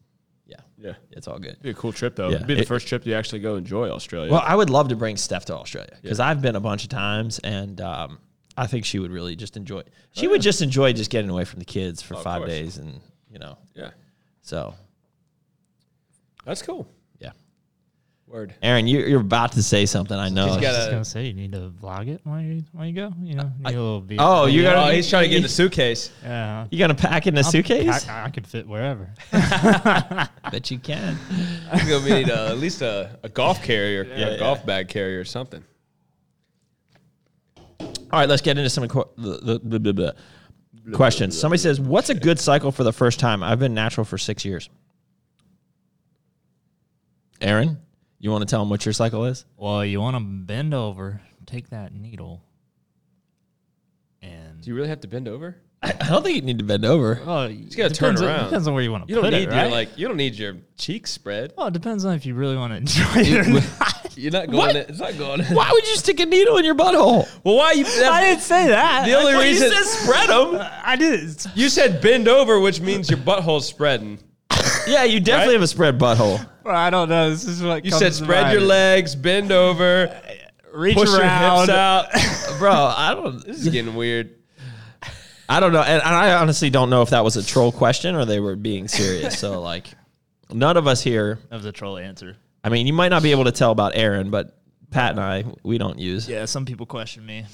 Speaker 3: yeah,
Speaker 4: yeah,
Speaker 3: it's all good.
Speaker 4: be a cool trip though.
Speaker 3: Yeah.
Speaker 4: It'd be the
Speaker 3: It-
Speaker 4: first trip you actually go enjoy Australia.
Speaker 3: Well, I would love to bring Steph to Australia because I've been a bunch of times, and um, I think she would really just enjoy. She would just enjoy just getting away from the kids for
Speaker 4: Oh, of
Speaker 3: five
Speaker 4: course.
Speaker 3: days, and you know,
Speaker 4: yeah,
Speaker 3: so
Speaker 4: that's cool.
Speaker 3: yeah.
Speaker 4: Word.
Speaker 3: Aaron, you, you're about to say something. I know.
Speaker 4: Just
Speaker 5: I was
Speaker 4: gotta-
Speaker 5: just gonna say you need to vlog it while you while you go. You know, need a little video.
Speaker 3: oh, you gotta-
Speaker 4: Oh, he's trying to [LAUGHS] get in the suitcase.
Speaker 5: yeah.
Speaker 3: you gonna pack in a suitcase?
Speaker 5: I, I could fit wherever.
Speaker 3: I bet you can.
Speaker 4: He's gonna need uh, at least a, a golf carrier, a
Speaker 3: yeah.
Speaker 4: golf bag carrier or something.
Speaker 3: All right, let's get into some qu- the, the, the, the, the questions. Somebody says, "What's a good cycle for the first time?" I've been natural for six years. Aaron, you want to tell them what your cycle is?
Speaker 5: well, you want to bend over, take that needle, and
Speaker 4: Do you really have to bend over?
Speaker 3: I, I don't think you need to bend over.
Speaker 5: well, you
Speaker 4: gotta turn around.
Speaker 5: Oh, depends on where you want to
Speaker 4: You don't
Speaker 5: put
Speaker 4: need
Speaker 5: it, right?
Speaker 4: your like. You don't need your cheeks spread.
Speaker 5: well, it depends on if you really want to [LAUGHS] enjoy it. Or not.
Speaker 4: You're not going.
Speaker 3: What?
Speaker 4: In, it's not going. In.
Speaker 3: Why would you stick a needle in your butthole?
Speaker 4: Well,
Speaker 3: [LAUGHS]
Speaker 4: why you? That,
Speaker 5: I didn't say that.
Speaker 4: The only
Speaker 5: That's what you
Speaker 4: reason-
Speaker 5: said.
Speaker 3: spread them.
Speaker 5: I did.
Speaker 4: you said bend over, [LAUGHS] which means your butthole's spreading.
Speaker 3: Yeah, you definitely have a spread butthole.
Speaker 5: Well, I don't know. This is what
Speaker 4: You said spread your legs, bend over,
Speaker 5: reach
Speaker 4: push your
Speaker 5: around.
Speaker 4: hips out.
Speaker 3: Bro, I don't [LAUGHS]
Speaker 4: This is getting weird.
Speaker 3: I don't know. And, and I honestly don't know if that was a troll question or they were being serious. So like none of us here,
Speaker 5: That was a troll answer.
Speaker 3: I mean, you might not be able to tell about Aaron, but Pat and I, we don't use.
Speaker 5: Yeah, some people question me.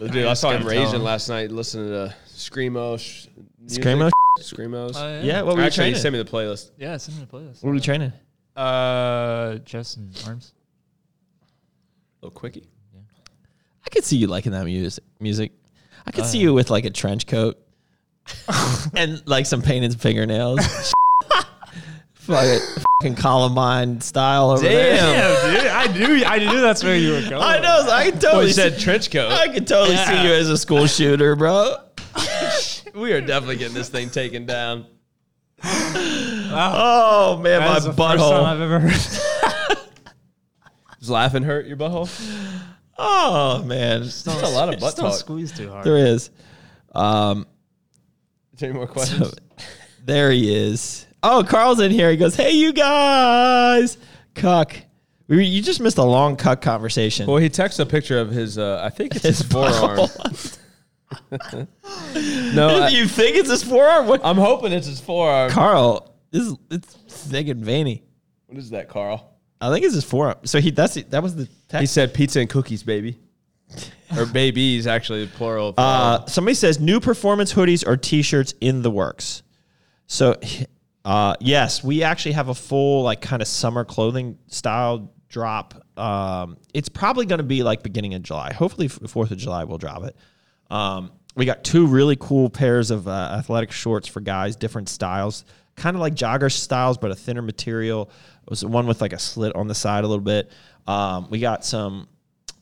Speaker 4: Dude, I saw him
Speaker 5: gotta
Speaker 4: raging
Speaker 5: tell him.
Speaker 4: last night listening to screamo, sh- music.
Speaker 3: Screamo
Speaker 4: screamos.
Speaker 3: Yeah, what were you
Speaker 4: Actually, he
Speaker 3: training?
Speaker 4: sent me the playlist.
Speaker 5: Oh, yeah. Send me the playlist.
Speaker 3: what were you training?
Speaker 5: Uh, Justin [LAUGHS] Arms.
Speaker 4: little quickie.
Speaker 3: I could see you liking that music. Music. I could see you with like a
Speaker 5: [LAUGHS]
Speaker 3: trench coat and like some painted fingernails. [LAUGHS] Fuck it. Fucking Columbine style over there.
Speaker 5: Oh, dude, I knew, I knew that's where you were going.
Speaker 3: I know. so I can totally
Speaker 4: Oh, he
Speaker 3: see-
Speaker 4: said trench
Speaker 3: [LAUGHS]
Speaker 4: coat.
Speaker 3: I can totally
Speaker 5: Yeah.
Speaker 3: see you as a school shooter,
Speaker 5: [LAUGHS]
Speaker 3: bro.
Speaker 4: we are definitely getting this thing taken down.
Speaker 3: Oh man,
Speaker 5: That was
Speaker 3: my
Speaker 5: the first time [LAUGHS]
Speaker 3: butthole.
Speaker 5: I've ever heard.
Speaker 4: Does laughing hurt your butthole?
Speaker 3: Oh man, it's
Speaker 4: That's a lot of butt
Speaker 5: Just don't
Speaker 4: talk.
Speaker 5: squeeze too hard.
Speaker 3: There is. Um,
Speaker 4: Is there any more questions?
Speaker 3: there he is. Oh, Carl's in here. He goes, "Hey, you guys, cuck." We, you just missed a long cuck conversation.
Speaker 4: well, he texts a picture of his. Uh, I think
Speaker 3: [LAUGHS]
Speaker 4: it's his, forearm. no, I,
Speaker 3: [LAUGHS] you think it's his forearm? What?
Speaker 4: am hoping it's his forearm.
Speaker 3: Carl, this is it's thick and veiny.
Speaker 4: what is that, Carl?
Speaker 3: I think it's his forearm. So he that's that was the text.
Speaker 4: He said pizza and cookies, baby, [LAUGHS] or babies actually plural. of forearm.
Speaker 3: Uh, somebody says new performance hoodies or t-shirts in the works. So, uh, yes, we actually have a full like kind of summer clothing style drop. Um, it's probably going to be like beginning of July. Hopefully, f- Fourth of July we'll drop it. Um, we got two really cool pairs of uh, athletic shorts for guys, different styles, kind of like jogger styles, but a thinner material. It was one with like a slit on the side a little bit. Um, we got some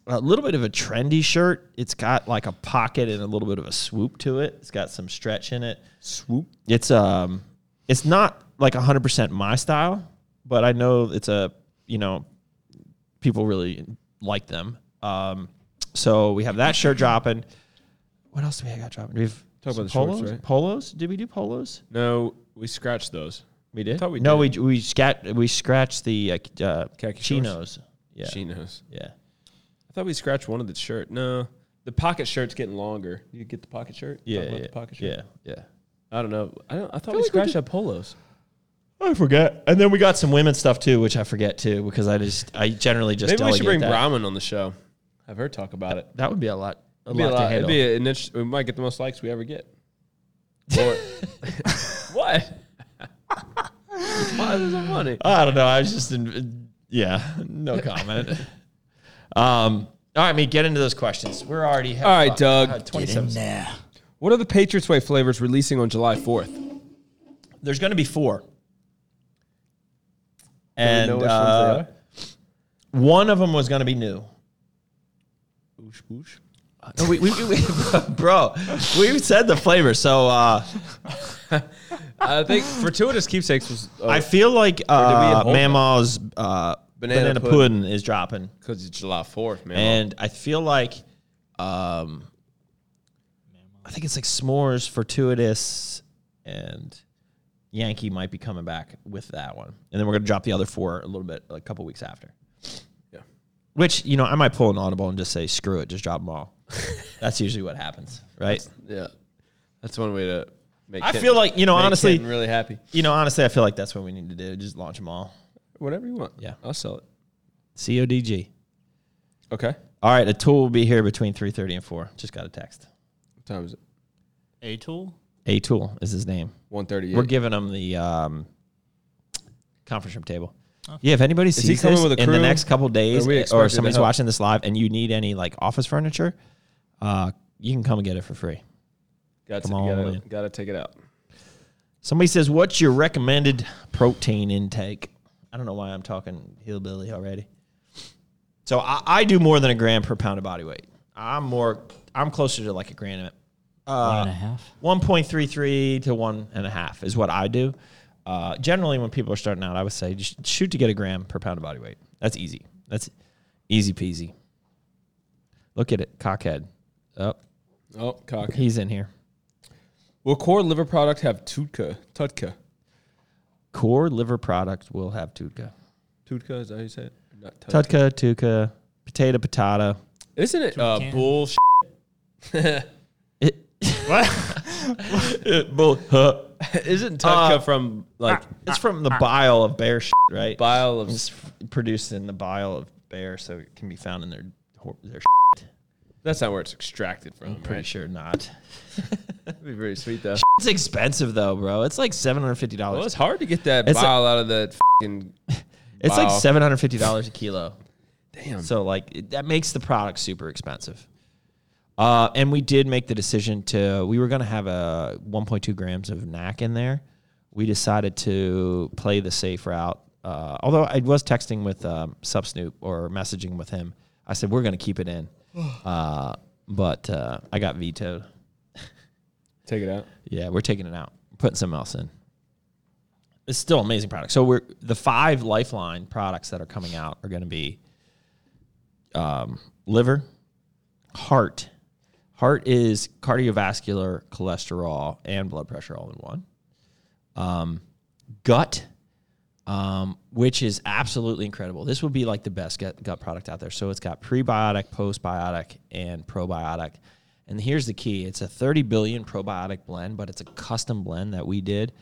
Speaker 3: a little bit of a trendy shirt. It's got like a pocket and a little bit of a swoop to it. It's got some stretch in it.
Speaker 4: swoop.
Speaker 3: It's um, it's not like 100% my style, but I know it's a you know, people really like them. Um, so we have that shirt dropping. What else do we got dropping? We've
Speaker 4: Talk about the
Speaker 3: polos.
Speaker 4: shorts, right?
Speaker 3: Polos? Did we do polos?
Speaker 4: No, we scratched those.
Speaker 3: We did.
Speaker 4: Thought we
Speaker 3: no,
Speaker 4: did.
Speaker 3: we we scat we scratched the uh, uh,
Speaker 4: Khaki shorts.
Speaker 3: chinos. Yeah,
Speaker 4: Chinos.
Speaker 3: yeah.
Speaker 4: I thought we scratched one of the shirt. No, the pocket shirt's getting longer. You get the pocket shirt. Talk
Speaker 3: Yeah,
Speaker 4: about
Speaker 3: yeah,
Speaker 4: the pocket shirt.
Speaker 3: yeah, yeah.
Speaker 4: I don't know. I don't. I thought
Speaker 3: Feel
Speaker 4: we
Speaker 3: like we
Speaker 4: scratched
Speaker 3: did-
Speaker 4: at polos.
Speaker 3: I forget. And then we got some women's stuff too, which I forget too because I just I generally just
Speaker 4: Maybe we should
Speaker 3: delegate
Speaker 4: bring
Speaker 3: that.
Speaker 4: Brahman on the show. Have her talk about it.
Speaker 3: That would be a lot. A
Speaker 4: It'd be,
Speaker 3: lot,
Speaker 4: a
Speaker 3: to
Speaker 4: lot, it'd
Speaker 3: handle.
Speaker 4: be an inter- We might get the most likes we ever get.
Speaker 3: [LAUGHS]
Speaker 4: Or, what? Why is it funny?
Speaker 3: I don't know. I was just in, yeah,
Speaker 4: [LAUGHS]
Speaker 3: no comment. um. All right, me get into those questions. We're already
Speaker 4: All right, Doug.
Speaker 3: Twenty seven.
Speaker 4: What are the Patriots Way flavors releasing on July fourth?
Speaker 3: There's going to be four.
Speaker 4: we
Speaker 3: And
Speaker 4: know which
Speaker 3: uh,
Speaker 4: ones
Speaker 3: one of them was going to be new.
Speaker 4: they are? Oosh, oosh.
Speaker 3: No, we, we, we, bro, we said the flavor. So uh,
Speaker 4: [LAUGHS] I think fortuitous keepsakes was uh,
Speaker 3: I feel like
Speaker 4: we
Speaker 3: uh,
Speaker 4: hold them?
Speaker 3: Mama's uh,
Speaker 4: Banana
Speaker 3: banana,
Speaker 4: pudding.
Speaker 3: pudding is dropping.
Speaker 4: because it's July fourth, man.
Speaker 3: and I feel like um, I think it's like s'mores, fortuitous, and Yankee might be coming back with that one, and then we're gonna drop the other four a little bit, like, a couple weeks after.
Speaker 4: Yeah.
Speaker 3: Which you know, I might pull an audible and just say, "Screw it, just drop them
Speaker 4: [LAUGHS]
Speaker 3: all." That's usually what happens, right?
Speaker 4: yeah, that's one way to make.
Speaker 3: I
Speaker 4: Kent-
Speaker 3: feel like you know,
Speaker 4: make
Speaker 3: honestly,
Speaker 4: Kenton really happy.
Speaker 3: you know, honestly, I feel like that's what we need to do: just launch them all.
Speaker 4: Whatever you want.
Speaker 3: Yeah.
Speaker 4: I'll sell it.
Speaker 3: Codg.
Speaker 4: Okay. What
Speaker 3: All right, a tool will be here between three thirty and four. Just got a text.
Speaker 4: time is it?
Speaker 5: A tool.
Speaker 3: A tool is his name.
Speaker 4: One thirty-eight.
Speaker 3: We're giving them the um, conference room table. Yeah, if anybody
Speaker 4: he
Speaker 3: sees
Speaker 4: coming
Speaker 3: this
Speaker 4: with a
Speaker 3: in the
Speaker 4: crew?
Speaker 3: next couple days,
Speaker 4: Are we
Speaker 3: eh,
Speaker 4: expected
Speaker 3: or
Speaker 4: to
Speaker 3: somebody's
Speaker 4: help?
Speaker 3: watching this live, and you need any like office furniture, uh, you can come and get it for free.
Speaker 4: Got
Speaker 3: Come on,
Speaker 4: gotta,
Speaker 3: man.
Speaker 4: gotta take it out.
Speaker 3: Somebody says, "What's your recommended protein intake?" I don't know why I'm talking hillbilly already. So I, I do more than a gram per pound of body weight. I'm more. I'm closer to like a gram uh,
Speaker 5: One and a half.
Speaker 3: 1.33 to one and a half is what I do. Uh, generally, when people are starting out, I would say just shoot to get a gram per pound of body weight. That's easy. That's easy peasy. Look at it, cockhead. Oh,
Speaker 4: Oh, cock.
Speaker 3: he's in here.
Speaker 4: Will core liver product have tutka? Tutka.
Speaker 3: Core liver product will have tutka.
Speaker 4: Tutka is that how you say it? Not tutka.
Speaker 3: Tutka, tutka, potato, patata.
Speaker 4: Isn't it uh,
Speaker 5: Toucan.
Speaker 4: bullshit?
Speaker 3: It, what? [LAUGHS] Bull, huh.
Speaker 4: Isn't tutka
Speaker 3: Uh,
Speaker 4: from like
Speaker 3: It's from the bile of bear shit, right?
Speaker 4: bile of?
Speaker 3: It's produced in the bile of bear, so it can be found in their hor- their. Shit.
Speaker 4: That's not where it's extracted from.
Speaker 3: Pretty
Speaker 4: right?
Speaker 3: sure not.
Speaker 4: That'd be very sweet though.
Speaker 3: It's expensive though, bro. It's like seven hundred fifty dollars.
Speaker 4: Well, it's hard to get that
Speaker 3: It's a-
Speaker 4: bile out of that. Fucking
Speaker 3: it's like
Speaker 4: wow.
Speaker 3: seven hundred fifty dollars a kilo.
Speaker 4: damn.
Speaker 3: So like it, that makes the product super expensive. Uh, and we did make the decision to we were gonna have a one point two grams of NAC in there. We decided to play the safe route. Uh, although I was texting with um, Sub Snoop or messaging with him, I said we're gonna keep it in, uh, but uh, I got vetoed.
Speaker 4: Take it out.
Speaker 3: Yeah, we're taking it out, We're putting something else in. It's still an amazing product. So we're the five Lifeline products that are coming out are going to be um, liver, heart. Heart is cardiovascular, cholesterol, and blood pressure all in one. Um, gut, um, which is absolutely incredible. This would be like the best gut, gut product out there. So it's got prebiotic, postbiotic, and probiotic. And here's the key: it's a 30 billion probiotic blend, but it's a custom blend that we did.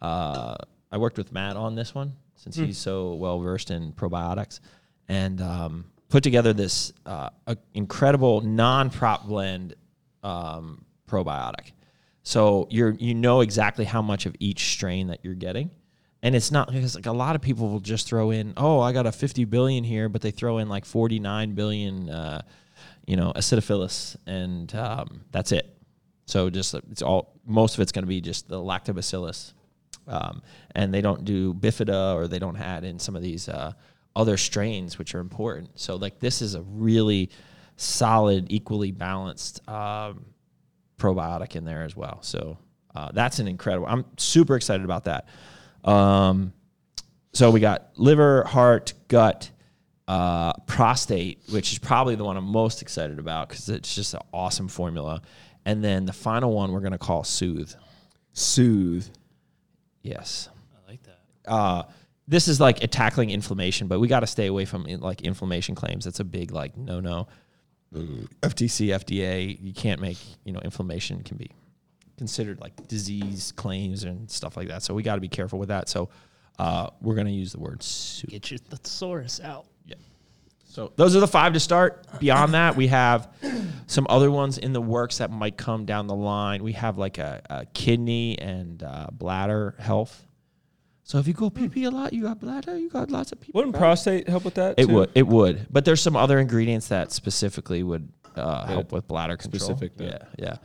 Speaker 3: Uh, I worked with Matt on this one since he's so well versed in probiotics, and um, put together this uh, a- incredible non-prop blend um, probiotic. So you're you know exactly how much of each strain that you're getting. And it's not because like a lot of people will just throw in, oh, I got a 50 billion here, but they throw in like 49 billion, uh, you know, acidophilus, and um, that's it. So just uh, it's all most of it's going to be just the lactobacillus, um, and they don't do bifida or they don't add in some of these uh, other strains which are important. So like this is a really solid, equally balanced um, probiotic in there as well. So uh, that's an incredible. I'm super excited about that. Um, so we got liver, heart, gut, uh, prostate, which is probably the one I'm most excited about because it's just an awesome formula. And then the final one we're going to call Soothe.
Speaker 4: Soothe.
Speaker 3: Yes.
Speaker 5: I like that.
Speaker 3: Uh, this is like tackling inflammation, but we got to stay away from like inflammation claims. That's a big like no no. FTC, FDA, you can't make you know inflammation can be considered like disease claims and stuff like that. So we got to be careful with that. So uh, we're going to use the word soothe.
Speaker 5: Get your thesaurus out.
Speaker 3: So those are the five to start. Beyond that, we have some other ones in the works that might come down the line. We have like a, a kidney and uh, bladder health. So if you go pee pee a lot, you got bladder, you got lots of pee.
Speaker 4: Wouldn't prostate help with that?
Speaker 3: It
Speaker 4: too?
Speaker 3: would. It would. But there's some other ingredients that specifically would uh, help with bladder control.
Speaker 4: Specific, though.
Speaker 3: Yeah, yeah.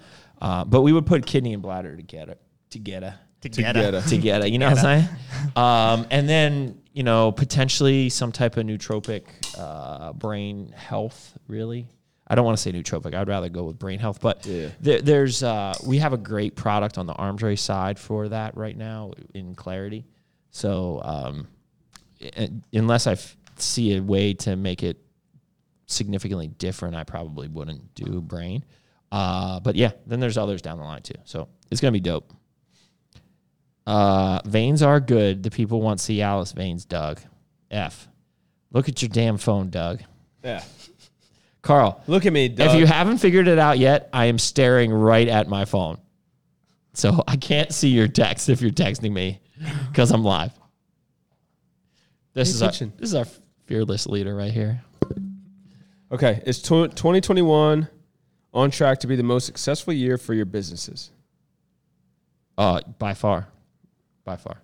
Speaker 3: Uh, but we would put kidney and bladder together. Together.
Speaker 5: Together.
Speaker 3: Together. You know what I'm saying? Um, and then you know potentially some type of nootropic, uh, brain health. Really. I don't want to say nootropic. I'd rather go with brain health, but there, there's uh, we have a great product on the arms race side for that right now in Clarity. So um, uh, unless I f- see a way to make it significantly different, I probably wouldn't do brain. Uh, but yeah, then there's others down the line too. So it's gonna be dope. Uh, veins are good. The people want Cialis veins, Doug. F. Look at your damn phone, Doug.
Speaker 4: Yeah.
Speaker 3: Carl,
Speaker 4: Look at me. Doug.
Speaker 3: if you haven't figured it out yet, I am staring right at my phone. So I can't see your text if you're texting me because I'm live. This
Speaker 4: Pay
Speaker 3: is, our,
Speaker 4: attention.
Speaker 3: this is our fearless leader right here.
Speaker 4: okay, is tw- 2021 on track to be the most successful year for your businesses?
Speaker 3: Uh, by far, by far.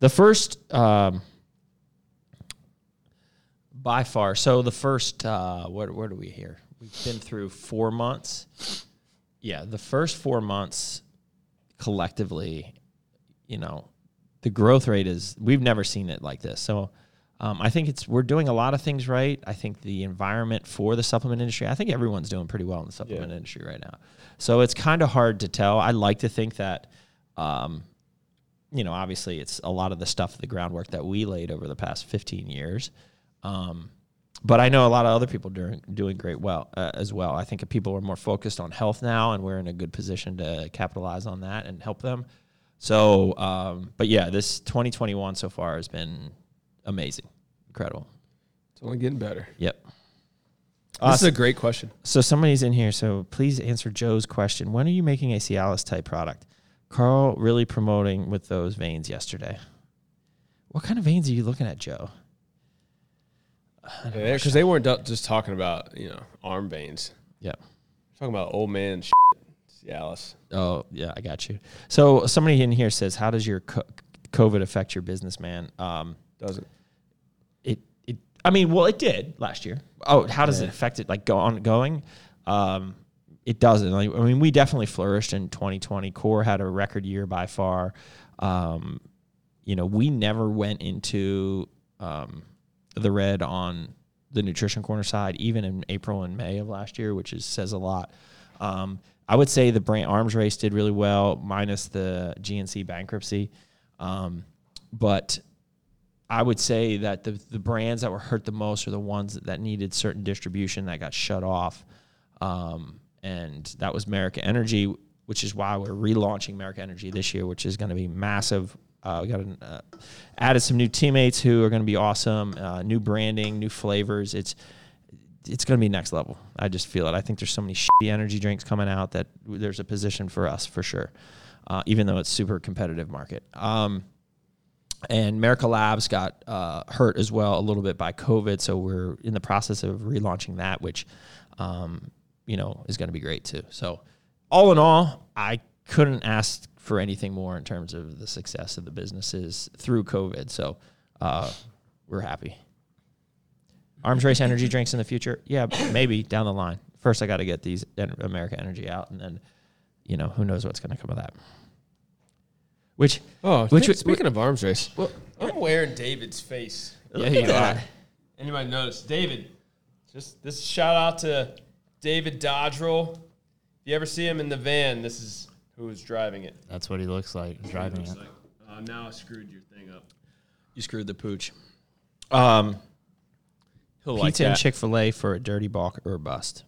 Speaker 3: The first, um, by far. So the first, uh, what what are we here? We've been through four months. Yeah, the first four months collectively, you know, the growth rate is we've never seen it like this. So. Um, I think it's we're doing a lot of things right. I think the environment for the supplement industry. I think everyone's doing pretty well in the supplement industry right now. So it's kind of hard to tell. I like to think that um, you know, obviously it's a lot of the stuff, the groundwork that we laid over the past 15 years. Um, but I know a lot of other people doing doing great well uh, as well. I think people are more focused on health now, and we're in a good position to capitalize on that and help them. So, um, but yeah, this 2021 so far has been amazing, incredible.
Speaker 4: It's only getting better.
Speaker 3: Yep.
Speaker 4: This is a great question.
Speaker 3: So somebody's in here. So please answer Joe's question. When are you making a Cialis type product? Carl really promoting with those veins yesterday. What kind of veins are you looking at, Joe?
Speaker 4: Because they weren't du- just talking about, you know, arm veins.
Speaker 3: Yeah.
Speaker 4: Talking about old man shit. Alice.
Speaker 3: Oh yeah, I got you. So somebody in here says, "How does your co- COVID affect your business, man?" Um,
Speaker 4: Doesn't.
Speaker 3: it it I mean, well, it did last year. Oh, how does it affect it like go ongoing? Um, it doesn't. Like, I mean, we definitely flourished in 2020. Core had a record year by far. Um, you know, we never went into um, the red on the nutrition corner side, even in April and May of last year, which is says a lot. Um, I would say the brand arms race did really well, minus the GNC bankruptcy. Um, but I would say that the the brands that were hurt the most are the ones that, that needed certain distribution that got shut off, um, and that was America Energy, which is why we're relaunching America Energy this year, which is going to be massive. Uh, we got an, uh, added some new teammates who are going to be awesome. Uh, new branding, new flavors. It's it's going to be next level. I just feel it. I think there's so many shitty energy drinks coming out that there's a position for us for sure, uh, even though it's super competitive market. Um, and America Labs got uh, hurt as well a little bit by COVID, so we're in the process of relaunching that, which um, you know is going to be great too. So all in all, I couldn't ask for anything more in terms of the success of the businesses through COVID. So uh, we're happy arms race energy drinks in the future? Yeah, maybe down the line. First, I got to get these En- America Energy out, and then, you know, who knows what's going to come of that. Which,
Speaker 4: Oh,
Speaker 3: Which
Speaker 4: which
Speaker 3: would-
Speaker 4: speaking of arms race, I'm wearing David's face.
Speaker 3: yeah, you are.
Speaker 4: Anybody notice David? Just this shout out to David Dodrell. If you ever see him in the van, this is who is driving it.
Speaker 5: That's what he looks like driving it.
Speaker 4: oh, now I screwed your thing up.
Speaker 3: You screwed the pooch. Um,
Speaker 4: He'll
Speaker 3: pizza and Chick Fil A for a dirty balk or bust.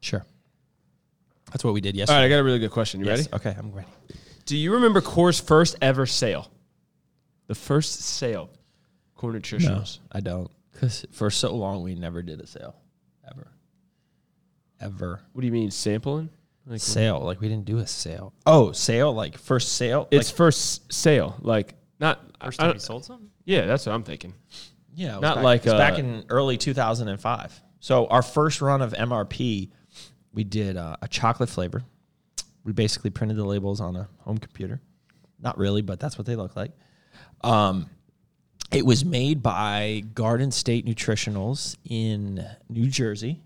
Speaker 3: Sure, that's what we did
Speaker 4: All
Speaker 3: yesterday.
Speaker 4: right, I got a really good question. You ready?
Speaker 3: Yes. Okay, I'm ready.
Speaker 4: Do you remember Core's first ever sale? The first sale, Core Nutritionals.
Speaker 3: I don't, because for so long we never did a sale, ever, ever.
Speaker 4: What do you mean sampling? Like
Speaker 3: sale, like we didn't do a sale. Oh, sale, like first sale.
Speaker 4: it's first sale, like not
Speaker 5: First
Speaker 4: I
Speaker 5: time
Speaker 4: don't-
Speaker 5: he sold something?
Speaker 4: Yeah, that's what I'm thinking.
Speaker 3: Yeah, it was
Speaker 4: Not
Speaker 3: back,
Speaker 4: like,
Speaker 3: it was back
Speaker 4: uh,
Speaker 3: in early 2005. So our first run of MRP, we did uh, a chocolate flavor. We basically printed the labels on a home computer. Not really, but that's what they look like. Um, it was made by Garden State Nutritionals in New Jersey,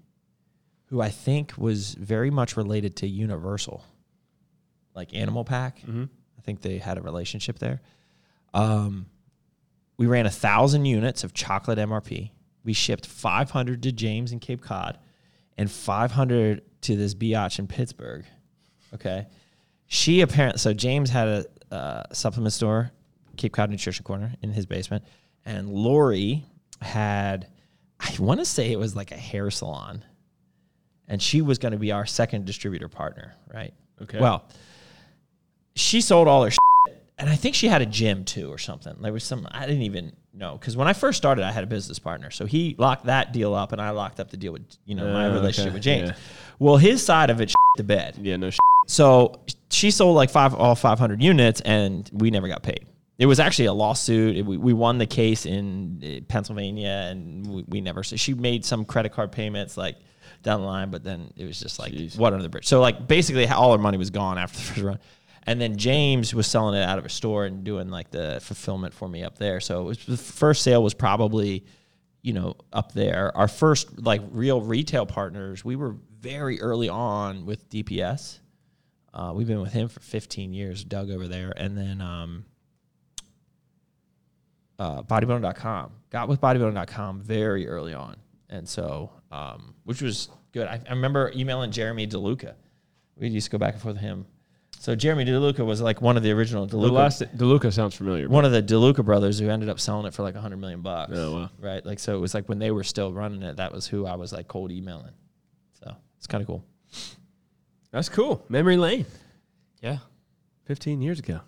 Speaker 3: who I think was very much related to Universal, like Animal Pack.
Speaker 4: Mm-hmm.
Speaker 3: I think they had a relationship there. Um, we ran a thousand units of chocolate MRP. We shipped 500 to James in Cape Cod and 500 to this biatch in Pittsburgh. Okay. She apparently, so James had a uh, supplement store, Cape Cod Nutrition Corner, in his basement. And Lori had, I want to say it was like a hair salon. And she was going to be our second distributor partner, right?
Speaker 4: Okay.
Speaker 3: Well, she sold all her and I think she had a gym too or something. There was some I didn't even know because when I first started, I had a business partner, so he locked that deal up, and I locked up the deal with you know my
Speaker 4: Oh,
Speaker 3: relationship
Speaker 4: okay,
Speaker 3: with James.
Speaker 4: yeah.
Speaker 3: Well, his side of it [LAUGHS] the bed.
Speaker 4: Yeah, no. Sh-
Speaker 3: So she sold like five all 500 units, and we never got paid. It was actually a lawsuit. It- We, we won the case in uh, Pennsylvania, and we, we never. So she made some credit card payments like down the line, but then it was just like what under the bridge. So like basically all her money was gone after the first run. And then James was selling it out of a store and doing like the fulfillment for me up there. So it was, the first sale was probably you know up there our first like real retail partners we were very early on with dps uh, we've been with him for 15 years doug over there and then um, uh, bodybuilding.com got with bodybuilding.com very early on and so um, which was good I, I remember emailing jeremy deluca we used to go back and forth with him so jeremy deluca was like one of the original
Speaker 4: the
Speaker 3: deluca
Speaker 4: last DeLuca sounds familiar.
Speaker 3: one of the DeLuca brothers who ended up selling it for like a hundred million bucks.
Speaker 4: Oh, wow.
Speaker 3: Right. Like so it was like when they were still running it, that was who I was like cold emailing. So it's kinda cool.
Speaker 4: That's cool. Memory lane.
Speaker 5: Yeah.
Speaker 4: 15 years ago.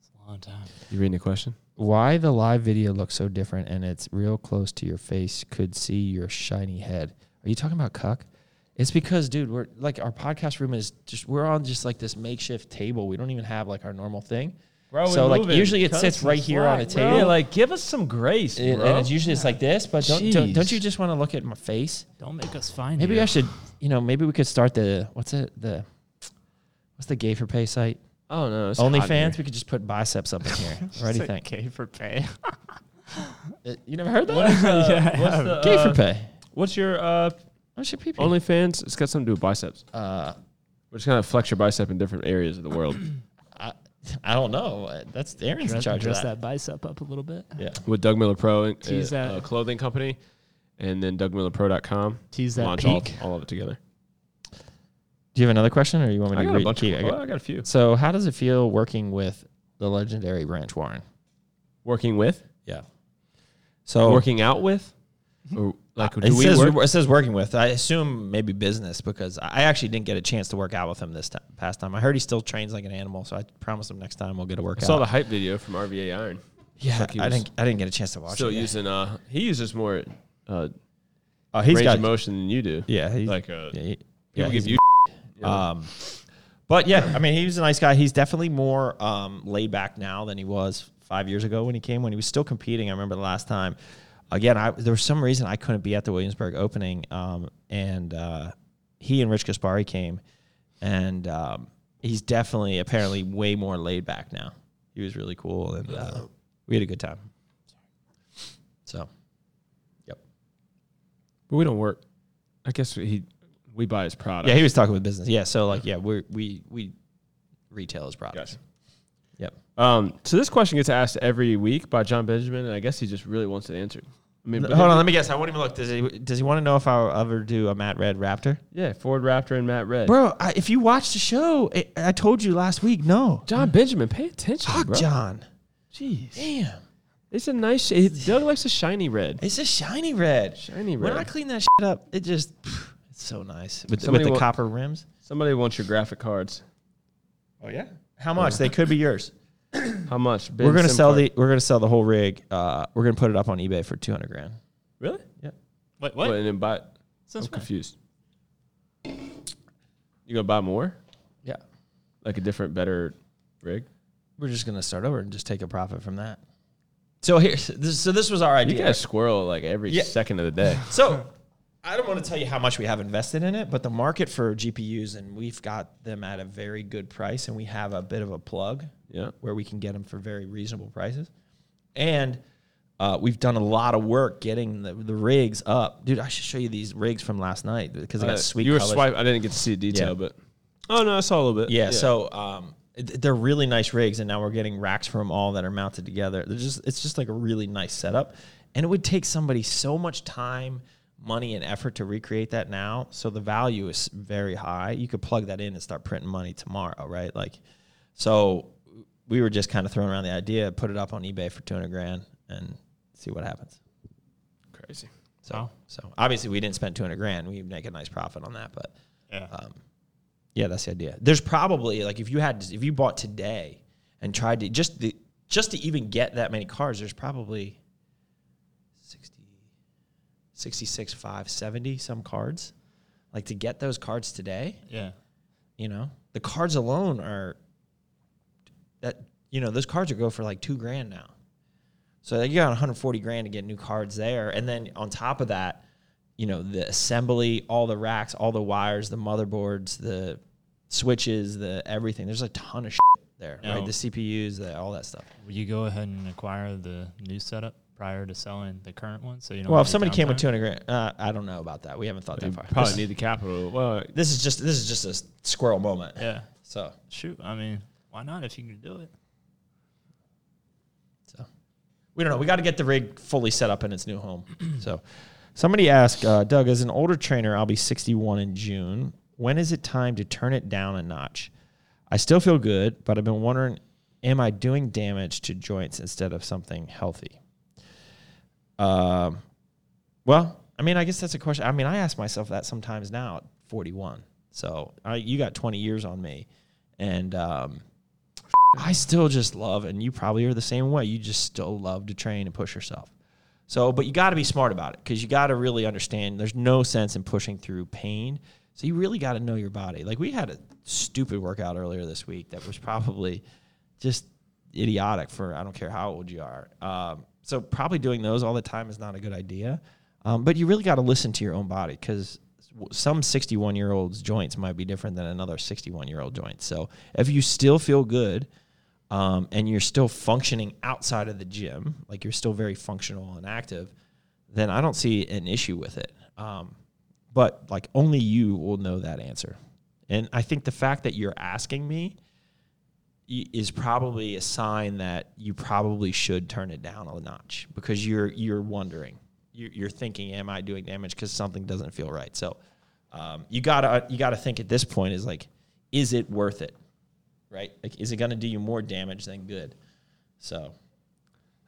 Speaker 5: It's a long time.
Speaker 4: You reading the question?
Speaker 3: Why the live video looks so different and it's real close to your face, could see your shiny head. Are you talking about cuck? It's because, dude, we're like our podcast room is just we're on just like this makeshift table. We don't even have like our normal thing.
Speaker 4: Bro, we
Speaker 3: so like
Speaker 4: moving.
Speaker 3: usually it
Speaker 4: Cut
Speaker 3: sits
Speaker 4: some
Speaker 3: right here on a
Speaker 4: slack, bro.
Speaker 3: table.
Speaker 4: Yeah, like give us some grace,
Speaker 3: and,
Speaker 4: bro.
Speaker 3: and it's usually it's like this, but don't, don't
Speaker 4: Jeez.
Speaker 3: don't you just want to look at my face?
Speaker 5: Don't make us find
Speaker 3: Maybe
Speaker 5: you.
Speaker 3: I should, you know, maybe we could start the what's it the what's the gay for pay site?
Speaker 4: oh no, it's hot in
Speaker 3: OnlyFans.
Speaker 4: here.
Speaker 3: We could just put biceps up in
Speaker 4: [LAUGHS]
Speaker 3: here. what do you think?
Speaker 5: K for pay.
Speaker 3: [LAUGHS] Uh, You never heard that?
Speaker 4: What
Speaker 5: [LAUGHS]
Speaker 4: is, uh,
Speaker 5: Yeah, I
Speaker 4: what's
Speaker 5: have.
Speaker 4: the,
Speaker 3: gay for
Speaker 4: uh,
Speaker 3: pay.
Speaker 4: What's your uh,
Speaker 3: What's your PP?
Speaker 4: OnlyFans? It's got something to do with biceps.
Speaker 3: uh,
Speaker 4: We're just gonna flex your bicep in different areas of the [COUGHS] world.
Speaker 3: I, I don't know. Uh, That's Aaron's in
Speaker 5: Dress,
Speaker 3: charge
Speaker 5: dress
Speaker 3: of that.
Speaker 5: that bicep up a little bit.
Speaker 3: Yeah.
Speaker 4: with Doug Miller Pro and
Speaker 5: Tease
Speaker 4: uh,
Speaker 5: that.
Speaker 4: uh, clothing company, and then DougMillerPro.com.
Speaker 5: Tease that
Speaker 4: Launch
Speaker 5: peak.
Speaker 4: All, all of it together.
Speaker 3: Do you have another question, or you want me
Speaker 4: I
Speaker 3: to
Speaker 4: got
Speaker 3: read?
Speaker 4: a bunch
Speaker 3: keep-
Speaker 4: of.
Speaker 3: I got-
Speaker 4: well, I got a few.
Speaker 3: So, how does it feel working with the legendary Ranch Warren?
Speaker 4: Working with
Speaker 3: Yeah. So
Speaker 4: Working out with? Or like, do
Speaker 3: Oh. it
Speaker 4: we
Speaker 3: says
Speaker 4: work?
Speaker 3: it says working with. I assume maybe business because I actually didn't get a chance to work out with him this time, past time. I heard he still trains like an animal, so I promise him next time we'll get a
Speaker 4: I
Speaker 3: workout.
Speaker 4: saw the hype video from RVA Iron.
Speaker 3: yeah,
Speaker 4: like he
Speaker 3: I
Speaker 4: was
Speaker 3: didn't. I didn't get a chance to watch.
Speaker 4: Still
Speaker 3: it yet.
Speaker 4: using uh, he uses more uh,
Speaker 3: Oh, he's
Speaker 4: range
Speaker 3: got
Speaker 4: of motion than you do.
Speaker 3: yeah. He's,
Speaker 4: like uh,
Speaker 3: yeah, he- yeah,
Speaker 4: people give
Speaker 3: he's-
Speaker 4: you.
Speaker 3: Um, but yeah, I mean, he was a nice guy. He's definitely more um, laid back now than he was five years ago when he came. When he was still competing, I remember the last time. Again, I, there was some reason I couldn't be at the Williamsburg opening, um, and uh, he and Rich Gaspari came, and um, he's definitely apparently way more laid back now. He was really cool, and uh, we had a good time. So, yep.
Speaker 4: But we don't work. I guess we, he we buy his product.
Speaker 3: Yeah, he was talking with business. Yeah, so like, yeah, we we we retail his products.
Speaker 4: Gotcha.
Speaker 3: Yep.
Speaker 4: Um, so this question gets asked every week by John Benjamin, and I guess he just really wants it answered. I mean,
Speaker 3: Hold on, let me guess. I won't even look. Does he does he want to know if I'll ever do a Matt Red Raptor?
Speaker 4: yeah, Ford Raptor and Matt Red.
Speaker 3: Bro, I, if you watched the show, it, I told you last week. No,
Speaker 4: John Benjamin, pay attention,
Speaker 3: fuck
Speaker 4: bro.
Speaker 3: John.
Speaker 4: Jeez,
Speaker 3: Damn,
Speaker 4: it's a nice. It, Doug likes a shiny red.
Speaker 3: it's a shiny red.
Speaker 4: Shiny
Speaker 3: When
Speaker 4: red.
Speaker 3: I clean that shit up, it just it's so nice with, the- with
Speaker 4: Somebody
Speaker 3: the
Speaker 4: will-
Speaker 3: copper rims.
Speaker 4: Somebody wants your graphic cards. Oh yeah.
Speaker 3: How much? They could be
Speaker 4: [LAUGHS]
Speaker 3: yours.
Speaker 4: How much?
Speaker 3: We're gonna sell the we're gonna sell the whole rig. Uh, we're gonna put it up on eBay for two hundred grand.
Speaker 4: really.
Speaker 5: Wait,
Speaker 4: What?
Speaker 5: what?
Speaker 4: and then buy. I'm
Speaker 5: Since when?
Speaker 4: confused. You gonna buy more?
Speaker 3: Yeah,
Speaker 4: Like a different, better rig?
Speaker 3: we're just gonna start over and just take a profit from that. So here, this, so this was our idea.
Speaker 4: You gotta squirrel like every
Speaker 3: Yeah.
Speaker 4: second of the day.
Speaker 3: So I don't want to tell you how much we have invested in it, but the market for GPUs, and we've got them at a very good price, and we have a bit of a plug
Speaker 4: Yeah.
Speaker 3: where we can get them for very reasonable prices. And uh, we've done a lot of work getting the, the rigs up. Dude, I should show you these rigs from last night because they got
Speaker 4: Uh,
Speaker 3: sweet
Speaker 4: You were
Speaker 3: colors.
Speaker 4: swipe. I didn't get to see the detail,
Speaker 3: Yeah.
Speaker 4: but oh no, I saw a little bit.
Speaker 3: Yeah, so um, th- they're really nice rigs, and now we're getting racks from all that are mounted together. They're just it's just like a really nice setup, and it would take somebody so much time, money, and effort to recreate that now. So the value is very high. You could plug that in and start printing money tomorrow, right? Like, so we were just kind of throwing around the idea, put it up on eBay for two hundred grand, and see what happens.
Speaker 4: crazy.
Speaker 3: So,
Speaker 5: Wow.
Speaker 3: so obviously we didn't spend two hundred grand. We make a nice profit on that, but um,
Speaker 5: Yeah.
Speaker 3: yeah, that's the idea. There's probably like if you had if you bought today and tried to just the just to even get that many cars, there's probably 60 66 5 70 some cards. Like to get those cards today,
Speaker 5: yeah.
Speaker 3: you know. The cards alone are that you know, those cards are go for like 2 grand now. So you got 140 grand to get new cards there and then on top of that, you know, the assembly, all the racks, all the wires, the motherboards, the switches, the everything. There's a ton of shit there, right?
Speaker 5: No.
Speaker 3: The CPUs, the, all that stuff.
Speaker 5: Will you go ahead and acquire the new setup prior to selling the current one? So you don't
Speaker 3: Well,
Speaker 5: have
Speaker 3: if
Speaker 5: any
Speaker 3: somebody came with
Speaker 5: downtime?
Speaker 3: 200 grand, uh, I don't know about that. We haven't thought
Speaker 4: You
Speaker 3: that far.
Speaker 4: probably
Speaker 3: This-
Speaker 4: need the capital. Well,
Speaker 3: this is just this is just a squirrel moment.
Speaker 5: Yeah.
Speaker 3: So,
Speaker 5: Shoot. I mean, why not if you can do it?
Speaker 3: so we don't know. We got to get the rig fully set up in its new home. so, somebody asked uh, Doug, as an older trainer, I'll be 61 in June. When is it time to turn it down a notch? I still feel good, but I've been wondering, am I doing damage to joints instead of something healthy? Um, well, I mean, I guess that's a question. I mean, I ask myself that sometimes now at 41. So I, you got 20 years on me, and um, I still just love, and you probably are the same way. You just still love to train and push yourself. So, but you got to be smart about it because you got to really understand. There's no sense in pushing through pain. So you really got to know your body. Like we had a stupid workout earlier this week that was probably just idiotic for I don't care how old you are. Um, so probably doing those all the time is not a good idea. Um, but you really got to listen to your own body because some 61 year olds joints might be different than another 61 year old joint. So if you still feel good um, and you're still functioning outside of the gym, like you're still very functional and active, then I don't see an issue with it. Um, but like only you will know that answer. And I think the fact that you're asking me y- is probably a sign that you probably should turn it down a notch because you're you're wondering, you're, you're thinking, am I doing damage because something doesn't feel right? So um, you gotta you gotta think at this point is like, is it worth it? Right? Like, is it gonna do you more damage than good? So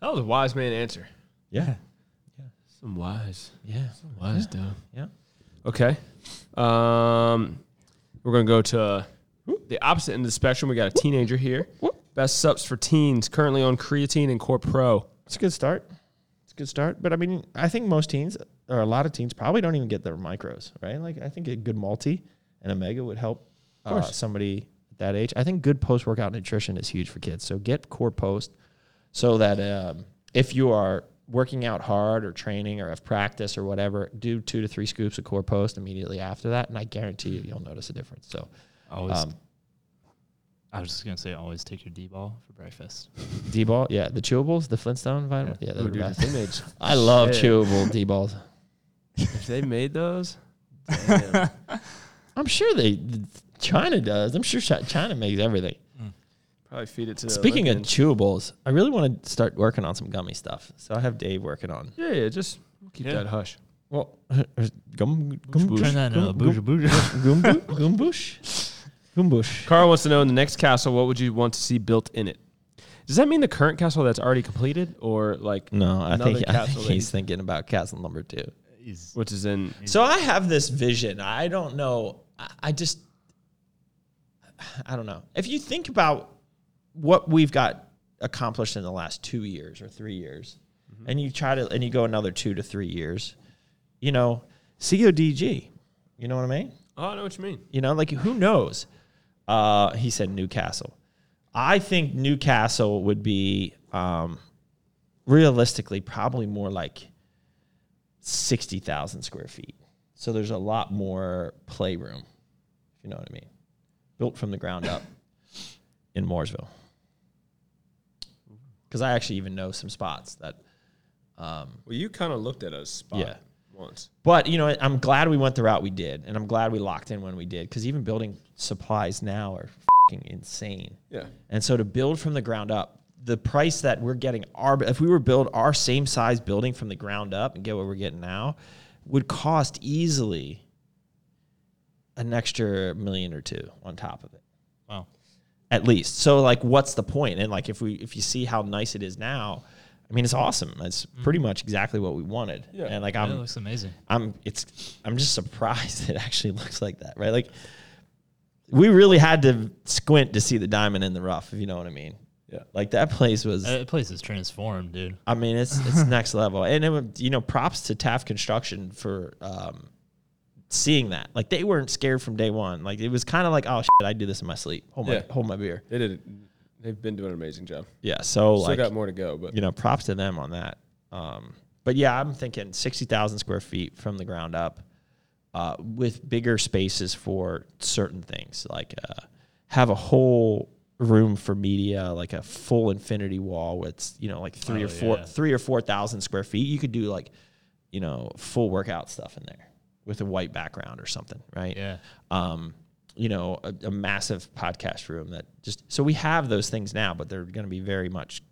Speaker 4: that was a wise man answer.
Speaker 3: yeah,
Speaker 4: I'm wise.
Speaker 3: Yeah.
Speaker 4: Wise, though.
Speaker 3: Yeah.
Speaker 4: Okay. Um, we're going to go to the opposite end of the spectrum. We got a teenager here. Best subs for teens currently on creatine and Core Pro.
Speaker 3: It's a good start. It's a good start. But I mean, I think most teens or a lot of teens probably don't even get their micros, right? Like I think a good multi and omega would help uh, somebody at that age. I think good post workout nutrition is huge for kids. So get core post so that um, if you are working out hard or training or have practice or whatever, do two to three scoops of core post immediately after that, and I guarantee you you'll notice a difference. So
Speaker 5: Always.
Speaker 3: Um,
Speaker 5: I was just gonna say, always take your D ball for breakfast.
Speaker 3: D ball, yeah, the chewables, the Flintstone vitamin, yeah, they're the best.
Speaker 4: image.
Speaker 3: I love
Speaker 4: Shit.
Speaker 3: chewable D balls.
Speaker 4: If they made those,
Speaker 3: I'm sure they China does. I'm sure Chi- China makes everything.
Speaker 4: probably feed it to the
Speaker 3: Speaking of
Speaker 4: Olympians.
Speaker 3: chewables, I really want to start working on some gummy stuff. So I have Dave working on.
Speaker 4: Yeah, yeah, just keep
Speaker 5: Yeah.
Speaker 4: that hush.
Speaker 3: Well, [LAUGHS] gum gum
Speaker 5: Turn that into a bougie bougie.
Speaker 3: gum gumbush gumbush.
Speaker 4: Carl wants to know in the next castle, what would you want to see built in it? Does that mean the current castle that's already completed, or like
Speaker 3: No, I
Speaker 4: Another
Speaker 3: think, I
Speaker 4: castle
Speaker 3: think [LAUGHS]
Speaker 4: that
Speaker 3: he's
Speaker 4: he-
Speaker 3: thinking about castle number two.
Speaker 5: He's-
Speaker 4: which is in?
Speaker 3: So I have this vision. I don't know. I, I just, I don't know. If you think about what we've got accomplished in the last two years or three years, and you try to, and you go another two to three years, you know, CODG, you know what I mean?
Speaker 4: Oh, I know what you mean.
Speaker 3: You know, like who knows? Uh, he said Newcastle. I think Newcastle would be um, realistically probably more like sixty thousand square feet. So there's a lot more playroom, if you know what I mean. Built from the ground up in Mooresville. Because I actually even know some spots that
Speaker 4: Well, you kind of looked at a spot
Speaker 3: Yeah.
Speaker 4: once.
Speaker 3: But you know, I'm glad we went the route we did, and I'm glad we locked in when we did, because even building supplies now are fing insane.
Speaker 4: Yeah.
Speaker 3: And so to build from the ground up, the price that we're getting our if we were build our same size building from the ground up and get what we're getting now, would cost easily an extra million or two on top of it
Speaker 5: wow.
Speaker 3: at least. So like, what's the point? And like, if we if you see how nice it is now, I mean, it's awesome. It's pretty much exactly what we wanted.
Speaker 4: Mm-hmm. Yeah.
Speaker 3: And like,
Speaker 5: That
Speaker 3: I'm
Speaker 5: looks amazing.
Speaker 3: I'm it's I'm just surprised [LAUGHS] it actually looks like that, right? Like we really had to squint to see the diamond in the rough, if you know what I mean.
Speaker 4: Yeah.
Speaker 3: Like that place was
Speaker 5: Uh, That place is transformed, dude.
Speaker 3: I mean, it's it's next level. And it would, you know, props to Taft Construction for um seeing that. Like they weren't scared from day one. Like it was kind of like, oh shit, I do this in my sleep. Hold my
Speaker 4: Yeah.
Speaker 3: hold my beer.
Speaker 4: They did. They've been doing an amazing job.
Speaker 3: Yeah. So
Speaker 4: Still
Speaker 3: like
Speaker 4: got more to go, but
Speaker 3: you know, props to them on that. Um, but yeah, I'm thinking 60,000 square feet from the ground up uh, with bigger spaces for certain things, like uh, have a whole room for media, like a full infinity wall with, you know, like three or
Speaker 5: Oh,
Speaker 3: four,
Speaker 5: yeah.
Speaker 3: three or 4,000 square feet. You could do like, you know, full workout stuff in there with a white background or something, right?
Speaker 5: Yeah.
Speaker 3: um, you know, a, a massive podcast room that just so we have those things now, but they're going to be very much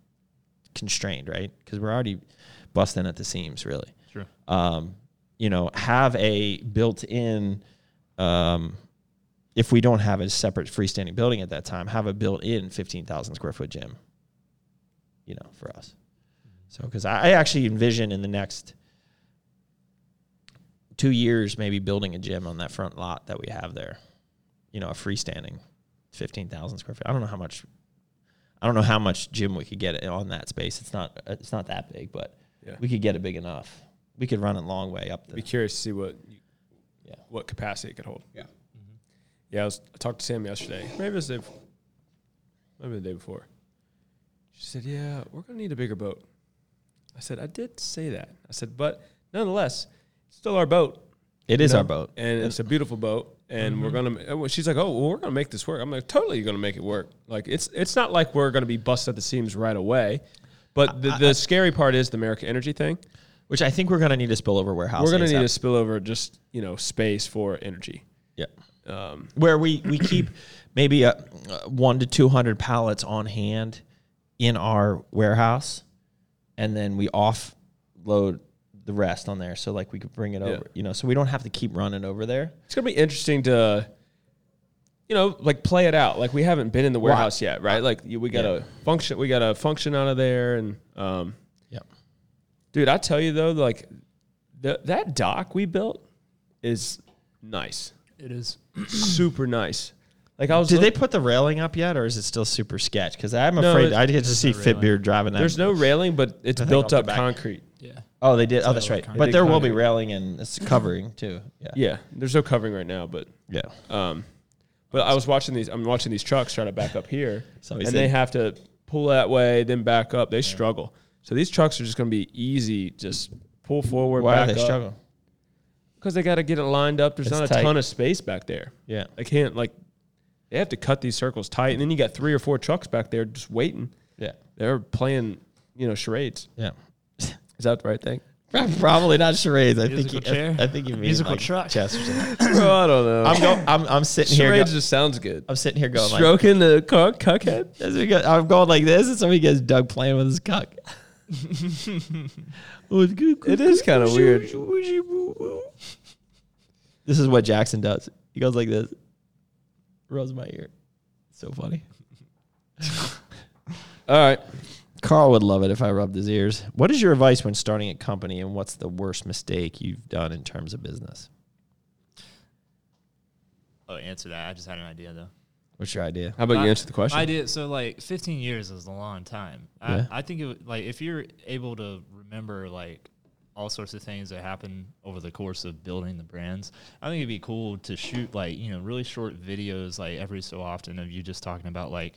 Speaker 3: constrained, right? Because we're already busting at the seams, really.
Speaker 5: True.
Speaker 3: Um, you know, have a built-in, um, if we don't have a separate freestanding building at that time, have a built-in fifteen thousand square foot gym. You know, for us. So, because I I actually envision in the next two years maybe building a gym on that front lot that we have there. You know, a freestanding, fifteen thousand square feet. I don't know how much. I don't know how much gym we could get on that space. It's not. uh, It's not that big, but
Speaker 4: Yeah.
Speaker 3: we could get it big enough. We could run a long way up
Speaker 4: be
Speaker 3: the.
Speaker 4: curious to see what you,
Speaker 3: Yeah.
Speaker 4: what capacity it could hold. Yeah. Yeah, I, was, I talked to Sam yesterday. Maybe it was the day before. Maybe the day before. She said, "Yeah, we're gonna need a bigger boat." I said, "I did say that." I said, "But nonetheless, it's still our boat,
Speaker 3: It is
Speaker 4: know?
Speaker 3: our boat.
Speaker 4: and it's a beautiful boat, and we're gonna." and well, She's like, "Oh, well, we're gonna make this work." I'm like, "Totally, you're gonna make it work." Like it's it's not like we're gonna be busted at the seams right away. But the, the scary part is the America Energy thing.
Speaker 3: Which I think we're going to need a spillover warehouse.
Speaker 4: We're gonna need
Speaker 3: ASAP.
Speaker 4: a spillover, just you know, space for energy. Um,
Speaker 3: Yeah. Where we, we keep [COUGHS] maybe a, uh one to 200 pallets on hand in our warehouse, and then we offload the rest on there. So, like, we could bring it over, you know, so we don't have to keep running over there.
Speaker 4: It's gonna be interesting to, you know, like play it out. Like we haven't been in the warehouse yet, right? Like you- we gotta function. We gotta function out of there, and um,
Speaker 3: Yeah.
Speaker 4: dude, I tell you though, like The, that dock we built is nice,
Speaker 5: It is.
Speaker 4: super nice. Like I was,
Speaker 3: Did
Speaker 4: look-
Speaker 3: they put the railing up yet, or is it still super sketch? Because I'm
Speaker 4: No,
Speaker 3: afraid
Speaker 4: it-
Speaker 3: I get to see
Speaker 5: railing.
Speaker 3: Fitbeard driving that.
Speaker 4: There's no railing, but it's
Speaker 3: think
Speaker 4: built
Speaker 3: off the
Speaker 4: up
Speaker 3: back.
Speaker 4: concrete.
Speaker 5: Yeah.
Speaker 3: Oh, they did. Oh, that's
Speaker 5: So,
Speaker 3: right.
Speaker 5: kind
Speaker 3: But
Speaker 4: of
Speaker 3: there will be
Speaker 4: concrete.
Speaker 3: railing and it's covering too. Yeah.
Speaker 4: Yeah, there's no covering right now, but
Speaker 3: Yeah.
Speaker 4: um, but I was watching these. I'm watching these trucks try to back up
Speaker 3: [LAUGHS]
Speaker 4: here,
Speaker 3: Somebody
Speaker 4: and
Speaker 3: said-
Speaker 4: they have to pull that way, then back up. They struggle. So these trucks are just going to be easy. Just pull forward.
Speaker 3: Why are
Speaker 4: back
Speaker 3: they struggling?
Speaker 4: Because they got to get it lined up. There's
Speaker 3: It's
Speaker 4: not a
Speaker 3: tight.
Speaker 4: ton of space back there.
Speaker 3: Yeah.
Speaker 4: They can't like. They have to cut these circles tight, and then you got three or four trucks back there just waiting.
Speaker 3: Yeah.
Speaker 4: They're playing, you know, charades.
Speaker 3: Yeah.
Speaker 4: Is that the
Speaker 3: [COUGHS]
Speaker 4: right thing?
Speaker 3: [LAUGHS] Probably not charades. I
Speaker 5: Musical
Speaker 3: think you, I-
Speaker 5: chair?
Speaker 3: I, think you mean
Speaker 5: Musical
Speaker 3: like
Speaker 5: truck?
Speaker 3: chess or something.
Speaker 4: Bro, I don't know.
Speaker 3: I'm going. I'm,
Speaker 5: [LAUGHS]
Speaker 3: I'm sitting here.
Speaker 4: charades
Speaker 3: go-
Speaker 4: just sounds good.
Speaker 3: I'm sitting here going like.
Speaker 4: Stroking the cock, cockhead.
Speaker 3: As we go, I'm going like this, and somebody gets Doug playing with his cock.
Speaker 4: It is kind of weird.
Speaker 3: This is what Jackson does. He goes like this, rubs my ear. So funny.
Speaker 4: [LAUGHS] All right.
Speaker 3: Carl would love it if I rubbed his ears. What is your advice when starting a company, and what's the worst mistake you've done in terms of business?
Speaker 5: Oh, answer that. I just had an idea though.
Speaker 3: What's your idea?
Speaker 4: How about
Speaker 5: I-
Speaker 4: you answer the question?
Speaker 5: I did. So like 15 years is a long time. I,
Speaker 3: Yeah.
Speaker 5: I think it, would- like if you're able to remember like all sorts of things that happen over the course of building the brands, I think it'd be cool to shoot like you know really short videos like every so often of you just talking about like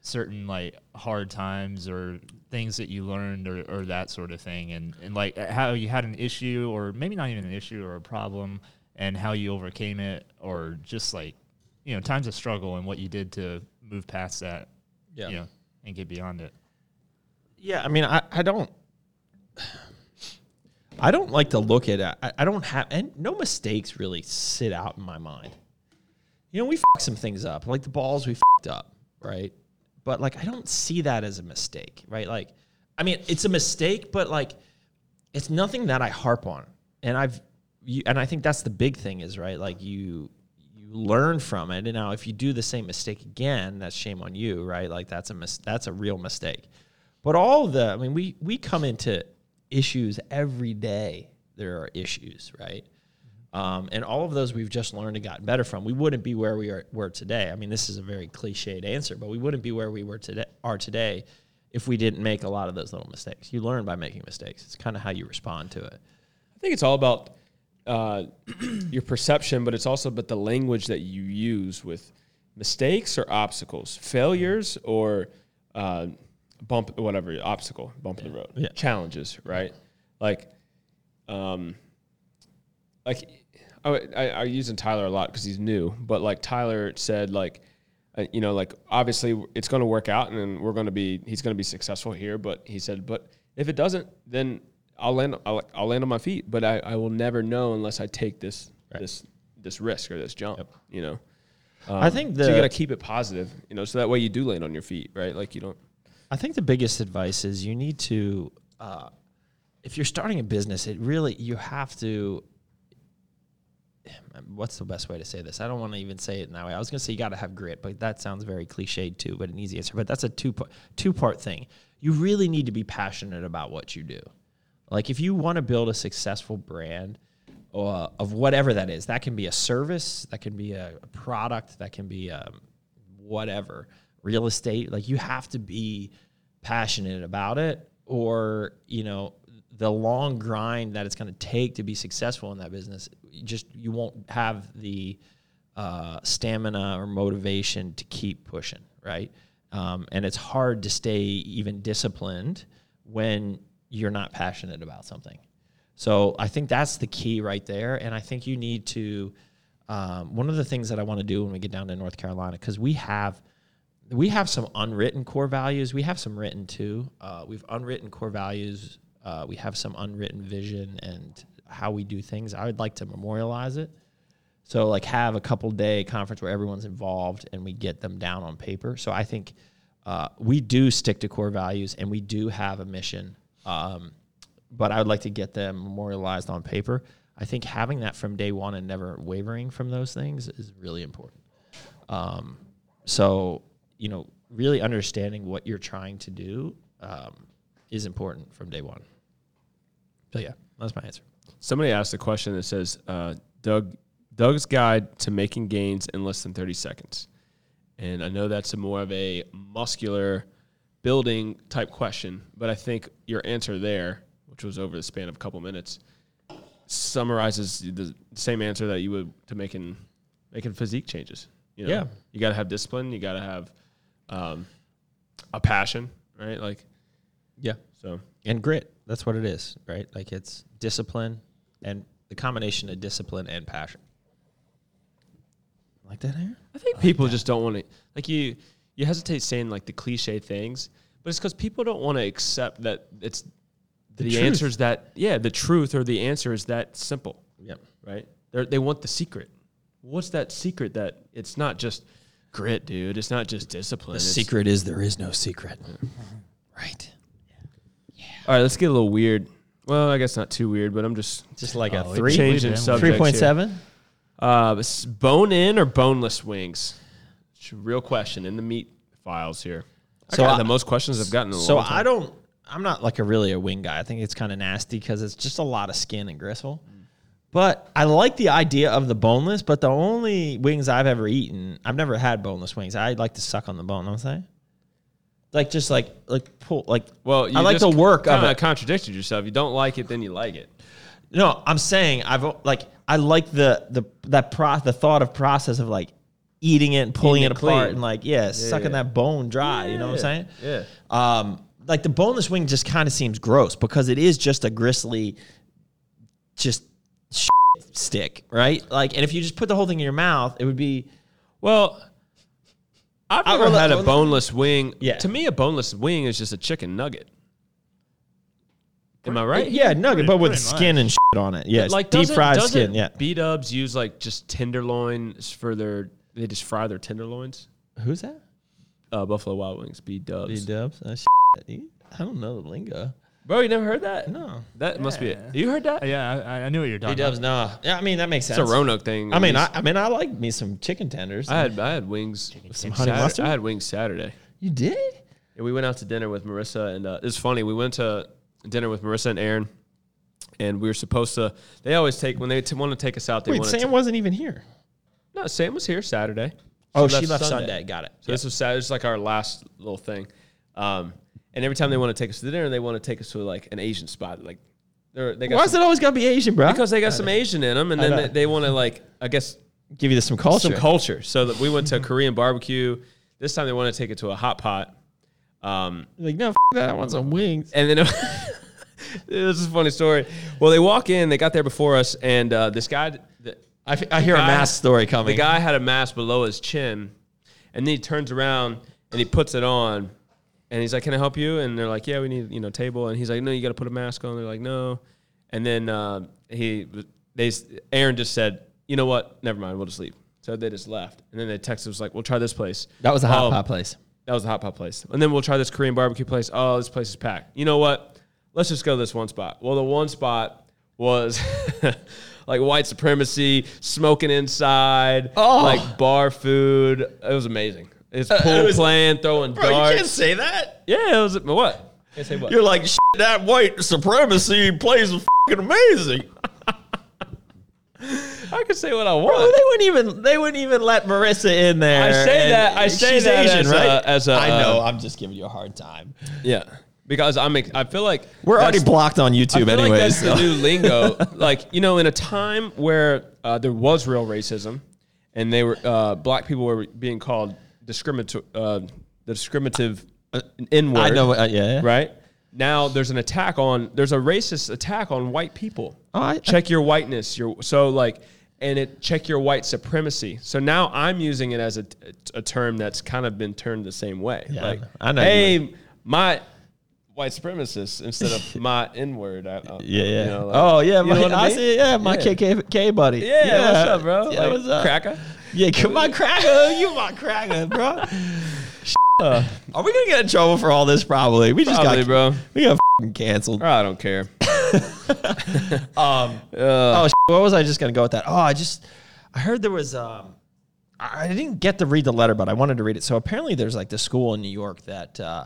Speaker 5: certain like hard times or things that you learned or, or that sort of thing and, and like uh, how you had an issue or maybe not even an issue or a problem and how you overcame it or just like you know times of struggle and what you did to move past that
Speaker 3: Yeah.
Speaker 5: you know, and get beyond it
Speaker 3: Yeah, I mean, I, I don't, I don't like to look at. I, I don't have, and no mistakes really sit out in my mind. You know, we fuck some things up, like the balls we fucked up, right? But like, I don't see that as a mistake, right? Like, I mean, it's a mistake, but like, it's nothing that I harp on, and I've, you, and I think that's the big thing is right, like you. you Learn from it, and now if you do the same mistake again, that's shame on you, right? Like that's a mis- that's a real mistake. But all the, I mean, we we come into issues every day. There are issues, right? Um, and all of those we've just learned and gotten better from. We wouldn't be where we are, were today. I mean, this is a very cliched answer, but we wouldn't be where we were today are today if we didn't make a lot of those little mistakes. You learn by making mistakes. It's kind of how you respond to it.
Speaker 4: I think it's all about uh, [CLEARS THROAT] your perception, but it's also about the language that you use with mistakes or obstacles, failures or uh, bump, whatever obstacle, bump in the road,
Speaker 3: Yeah.
Speaker 4: challenges, right? Like, um, like I, I, I use in Tyler a lot because he's new, but like Tyler said, like, uh, you know, like obviously it's going to work out and then we're going to be, he's going to be successful here. But he said, but if it doesn't, then I'll land, I'll, I'll land on my feet, but I, I will never know unless I take this, this, this risk or this jump, you know?
Speaker 3: I think the
Speaker 4: Um, so you got to keep it positive, you know, so that way you do land on your feet, right? Like you don't,
Speaker 3: I think the biggest advice is you need to, uh, if you're starting a business, it really, you have to, [SIGHS] what's the best way to say this? I don't want to even say it in that way. I was going to say you got to have grit, but that sounds very cliched too, but an easy answer. But that's a two, pa- two part thing. You really need to be passionate about what you do. Like if you want to build a successful brand, uh, of whatever that is, that can be a service, that can be a, a product, that can be um, whatever real estate like you have to be passionate about it or you know the long grind that it's going to take to be successful in that business you just you won't have the uh, stamina or motivation to keep pushing right um, and it's hard to stay even disciplined when you're not passionate about something so I think that's the key right there. And I think you need to. Um, one of the things that I want to do when we get down to North Carolina, because we have we have some unwritten core values. We have some written too. Uh, we've unwritten core values. Uh, we have some unwritten vision and how we do things. I would like to memorialize it. So like have a couple day conference where everyone's involved and we get them down on paper. So I think uh, we do stick to core values and we do have a mission. Um, but I would like to get them memorialized on paper. I think having that from day one and never wavering from those things is really important. Um, so you know, really understanding what you're trying to do um, is important from day one. So yeah, that's my answer.
Speaker 4: Somebody asked a question that says, uh, "Doug, Doug's guide to making gains in less than 30 seconds," and I know that's a more of a muscular building type question, but I think your answer there, which was over the span of a couple minutes, summarizes the same answer that you would to making making physique changes. You know?
Speaker 3: Yeah.
Speaker 4: you got to have discipline. You got to have um, a passion, right? Like
Speaker 3: Yeah.
Speaker 4: so.
Speaker 3: and grit. That's what it is, right? Like it's discipline and the combination of discipline and passion. Like that, eh? Aaron?
Speaker 4: I think [LAUGHS] people just don't want to like you. You hesitate saying like the cliche things, but it's because people don't want to accept that it's the,
Speaker 3: truth.
Speaker 4: answer is that yeah, the truth or the answer is that simple,
Speaker 3: Yep.
Speaker 4: right? They they want the secret. What's that secret that it's not just grit, dude? It's not just discipline.
Speaker 3: The
Speaker 4: it's-
Speaker 3: secret is there is no secret. Mm-hmm. Right.
Speaker 4: All right, let's get a little weird. Well, I guess not too weird, but I'm just
Speaker 3: Just like
Speaker 5: Oh,
Speaker 3: a
Speaker 5: it
Speaker 3: three.
Speaker 5: changed
Speaker 4: changing
Speaker 5: Weird, yeah.
Speaker 4: subjects.
Speaker 3: Three
Speaker 4: here.
Speaker 3: point seven.
Speaker 4: Uh, s- bone in or boneless wings? It's a Real question in the meat files here. I
Speaker 3: So
Speaker 4: got
Speaker 3: I-
Speaker 4: the most questions I've gotten. In a
Speaker 3: So
Speaker 4: long time.
Speaker 3: I don't. I'm not like a really a wing guy. I think it's kind of nasty because it's just a lot of skin and gristle. But I like the idea of the boneless. But the only wings I've ever eaten, I've never had boneless wings. I like to suck on the bone. know what I'm saying, like just like like pull like.
Speaker 4: Well,
Speaker 3: I like the work of
Speaker 4: kinda
Speaker 3: it.
Speaker 4: Contradicted yourself. You don't like it, then you like it.
Speaker 3: No, I'm saying I've like I like the the that pro the thought of process of like eating it and pulling it
Speaker 4: Eating it
Speaker 3: apart
Speaker 4: clean.
Speaker 3: and like yeah, sucking
Speaker 4: yeah.
Speaker 3: that bone dry. You know what I'm saying?
Speaker 4: Yeah.
Speaker 3: um, like the boneless wing just kind of seems gross because it is just a gristly, just shit stick, right? Like, and if you just put the whole thing in your mouth, it would be
Speaker 4: Well, I've
Speaker 3: I-
Speaker 4: never
Speaker 3: well,
Speaker 4: had a
Speaker 3: well,
Speaker 4: boneless wing.
Speaker 3: Yeah.
Speaker 4: To me, a boneless wing is just a chicken nugget. Am I right?
Speaker 3: yeah nugget, but with
Speaker 5: pretty
Speaker 3: skin and shit on it. Yeah, like
Speaker 4: Like
Speaker 3: deep
Speaker 4: doesn't,
Speaker 3: fried
Speaker 4: doesn't
Speaker 3: skin. Yeah,
Speaker 4: B Dubs use like just tenderloins for their? They just fry their tenderloins.
Speaker 3: who's that?
Speaker 4: Uh, Buffalo Wild Wings. B
Speaker 3: B
Speaker 4: Dubs.
Speaker 3: Dubs. Oh, shit. You- I don't know the lingo.
Speaker 4: Bro, you never heard that?
Speaker 3: No,
Speaker 4: That must be it.
Speaker 5: Yeah.
Speaker 4: You heard that?
Speaker 5: Uh, yeah, I, I knew what you're
Speaker 3: B
Speaker 5: talking
Speaker 3: Dubs. No, yeah, I mean that makes
Speaker 4: It's
Speaker 3: sense.
Speaker 4: a Roanoke thing.
Speaker 3: I
Speaker 4: at
Speaker 3: mean, I,
Speaker 4: least.
Speaker 3: I mean, I like me some chicken tenders.
Speaker 4: I had I had wings. with
Speaker 3: some honey
Speaker 4: Saturday-
Speaker 3: mustard?
Speaker 4: I had wings Saturday.
Speaker 3: you did?
Speaker 4: Yeah, we went out to dinner with Marissa, and uh, it's funny. We went to dinner with Marissa and Aaron, and we were supposed to. They always take when they t- want to take us out. They
Speaker 3: Wait,
Speaker 4: want
Speaker 3: Sam
Speaker 4: to
Speaker 3: wasn't even here.
Speaker 4: no, Sam was here Saturday.
Speaker 3: Oh, she left Sunday. Got it.
Speaker 4: So this was Saturday. It's like our last little thing. Um, and every time they want to take us to dinner, they want to take us to like an Asian spot. Like they're, they got
Speaker 3: Why is
Speaker 4: some,
Speaker 3: it always gotta be Asian, bro?
Speaker 4: because they got some Asian in them, and then
Speaker 3: know.
Speaker 4: they, they want to like I guess
Speaker 3: give you some culture.
Speaker 4: some culture. So that we went
Speaker 3: [LAUGHS]
Speaker 4: to a Korean barbecue. This time they want to take it to a hot pot. Um,
Speaker 3: Like, no, f- that. I want some wings.
Speaker 4: and then [LAUGHS] this is a funny story. Well, they walk in, they got there before us, and uh, this guy, the,
Speaker 3: I, f- I hear
Speaker 4: guy-
Speaker 3: a mask story coming.
Speaker 4: the guy had a mask below his chin, and then he turns around and he puts it on, and he's like, "Can I help you?" And they're like, "Yeah, we need you know table," and he's like, "No, you got to put a mask on." They're like, "No," and then um he they Aaron just said, "You know what? Never mind, we'll just leave." So they just left, and then they texted us like, "We'll try this place."
Speaker 3: that was a hot
Speaker 4: Um,
Speaker 3: pot place.
Speaker 4: That was the hot pot place. And then we'll try this Korean barbecue place. Oh, this place is packed. You know what? Let's just go to this one spot. Well, the one spot was [LAUGHS] like white supremacy, smoking inside,
Speaker 3: Oh. Uh,
Speaker 4: like bar food. It was amazing. It's pool playing, throwing darts.
Speaker 3: say that.
Speaker 4: Yeah, it was what? Can't say what?
Speaker 3: like Shit, that white supremacy plays fucking amazing.
Speaker 4: I can say what I
Speaker 3: Bro, Oh, they
Speaker 4: want.
Speaker 3: wouldn't even they wouldn't even let Marissa in there.
Speaker 4: I say
Speaker 3: and
Speaker 4: that- I say
Speaker 3: she's
Speaker 4: that
Speaker 3: Asian,
Speaker 4: as a-
Speaker 3: right?
Speaker 4: as a,
Speaker 3: I know.
Speaker 4: uh,
Speaker 3: I'm just giving you a hard time.
Speaker 4: yeah, because I'm. ex- I feel like
Speaker 3: We're
Speaker 4: that's-
Speaker 3: already blocked on YouTube,
Speaker 4: I feel like
Speaker 3: anyways.
Speaker 4: that's the
Speaker 3: so. [LAUGHS]
Speaker 4: new lingo. like you know, in a time where uh, there was real racism, and they were uh, black people were being called discriminative, uh, the discriminative N word.
Speaker 3: I know. Uh, yeah.
Speaker 4: right? Now there's an attack on there's a racist attack on white people.
Speaker 3: Oh, I-
Speaker 4: check your whiteness. Your so like and it check your white supremacy. So now I'm using it as a, a term that's kind of been turned the same way.
Speaker 3: Yeah, I
Speaker 4: like
Speaker 3: know. I know you
Speaker 4: hey, my white supremacist instead of my N word. I, I,
Speaker 3: Yeah. yeah.
Speaker 4: you know, like-
Speaker 3: oh yeah.
Speaker 4: you know
Speaker 3: My,
Speaker 4: what
Speaker 3: I,
Speaker 4: I mean?
Speaker 3: see. Yeah. My
Speaker 4: Yeah.
Speaker 3: KKK buddy.
Speaker 4: Yeah, what's up, bro?
Speaker 3: Yeah.
Speaker 4: Like,
Speaker 3: what's up?
Speaker 4: Cracker.
Speaker 3: Yeah, come
Speaker 4: [LAUGHS]
Speaker 3: my cracker. You my cracker, bro. Are we gonna get in trouble for all this? Probably. We just
Speaker 4: Probably,
Speaker 3: got
Speaker 4: bro.
Speaker 3: We got fing canceled.
Speaker 4: Bro, I don't care.
Speaker 3: Um. oh, what was I just gonna go with that? Oh, I just I heard there was um. I I didn't get to read the letter, but I wanted to read it. So apparently, there's like the school in New York that uh,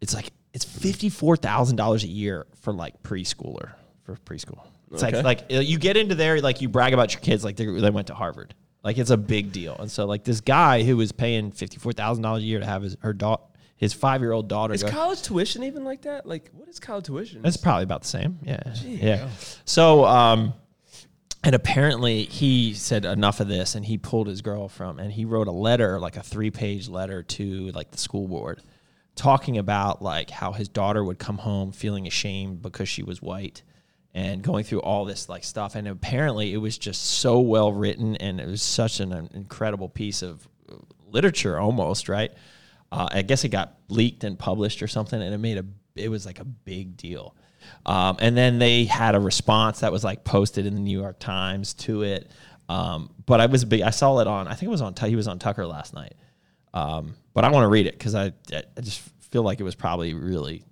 Speaker 3: it's like it's fifty four thousand dollars a year for like preschooler for preschool. It's like like you get into there, like you brag about your kids, like they, they went to Harvard. Like it's a big deal. And so like this guy who is paying fifty four thousand dollars a year to have his her daughter, his five year old daughter.
Speaker 4: Is
Speaker 3: go-
Speaker 4: college tuition even like that? Like, what is college tuition?
Speaker 3: That's probably about the same. Yeah. yeah. So, um, and apparently he said enough of this and he pulled his girl from and he wrote a letter, like a three page letter to like the school board talking about like how his daughter would come home feeling ashamed because she was white and going through all this like stuff and apparently it was just so well written and it was such an incredible piece of uh, literature almost right uh, I guess it got leaked and published or something, and it made a it was like a big deal. Um, and then they had a response that was like posted in the New York Times to it. Um, but I was big. I saw it on. I think it was on. Tu- He was on Tucker last night. Um, but I want to read it because I I just feel like it was probably really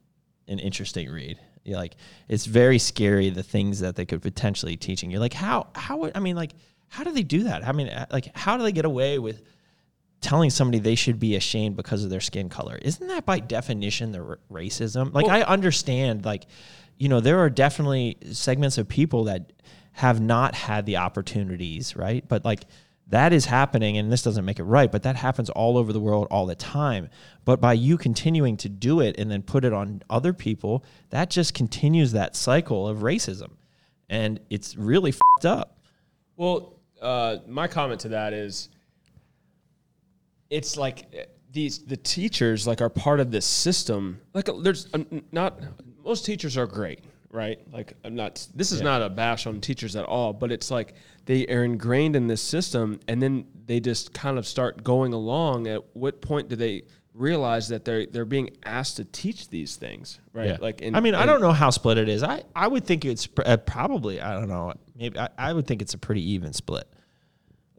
Speaker 3: an interesting read. You're like it's very scary the things that they could potentially teaching. You're like how how would- I mean like how do they do that? I mean uh, like how do they get away with telling somebody they should be ashamed because of their skin color isn't that by definition the r- racism like i understand like you know there are definitely segments of people that have not had the opportunities right but like that is happening and this doesn't make it right but that happens all over the world all the time but by you continuing to do it and then put it on other people that just continues that cycle of racism and it's really fed up
Speaker 4: Well, uh, my comment to that is, it's like eh, these the teachers like are part of this system. Like uh, there's uh, n- not most teachers are great, right? Like I'm not. This is not a bash on teachers at all, but it's like they are ingrained in this system, and then they just kind of start going along. At what point do they? realize that they're they're being asked to teach these things right like
Speaker 3: I mean, I don't know how split it is. I, I would think it's pr- uh, probably I don't know. Maybe I, I would think it's a pretty even split.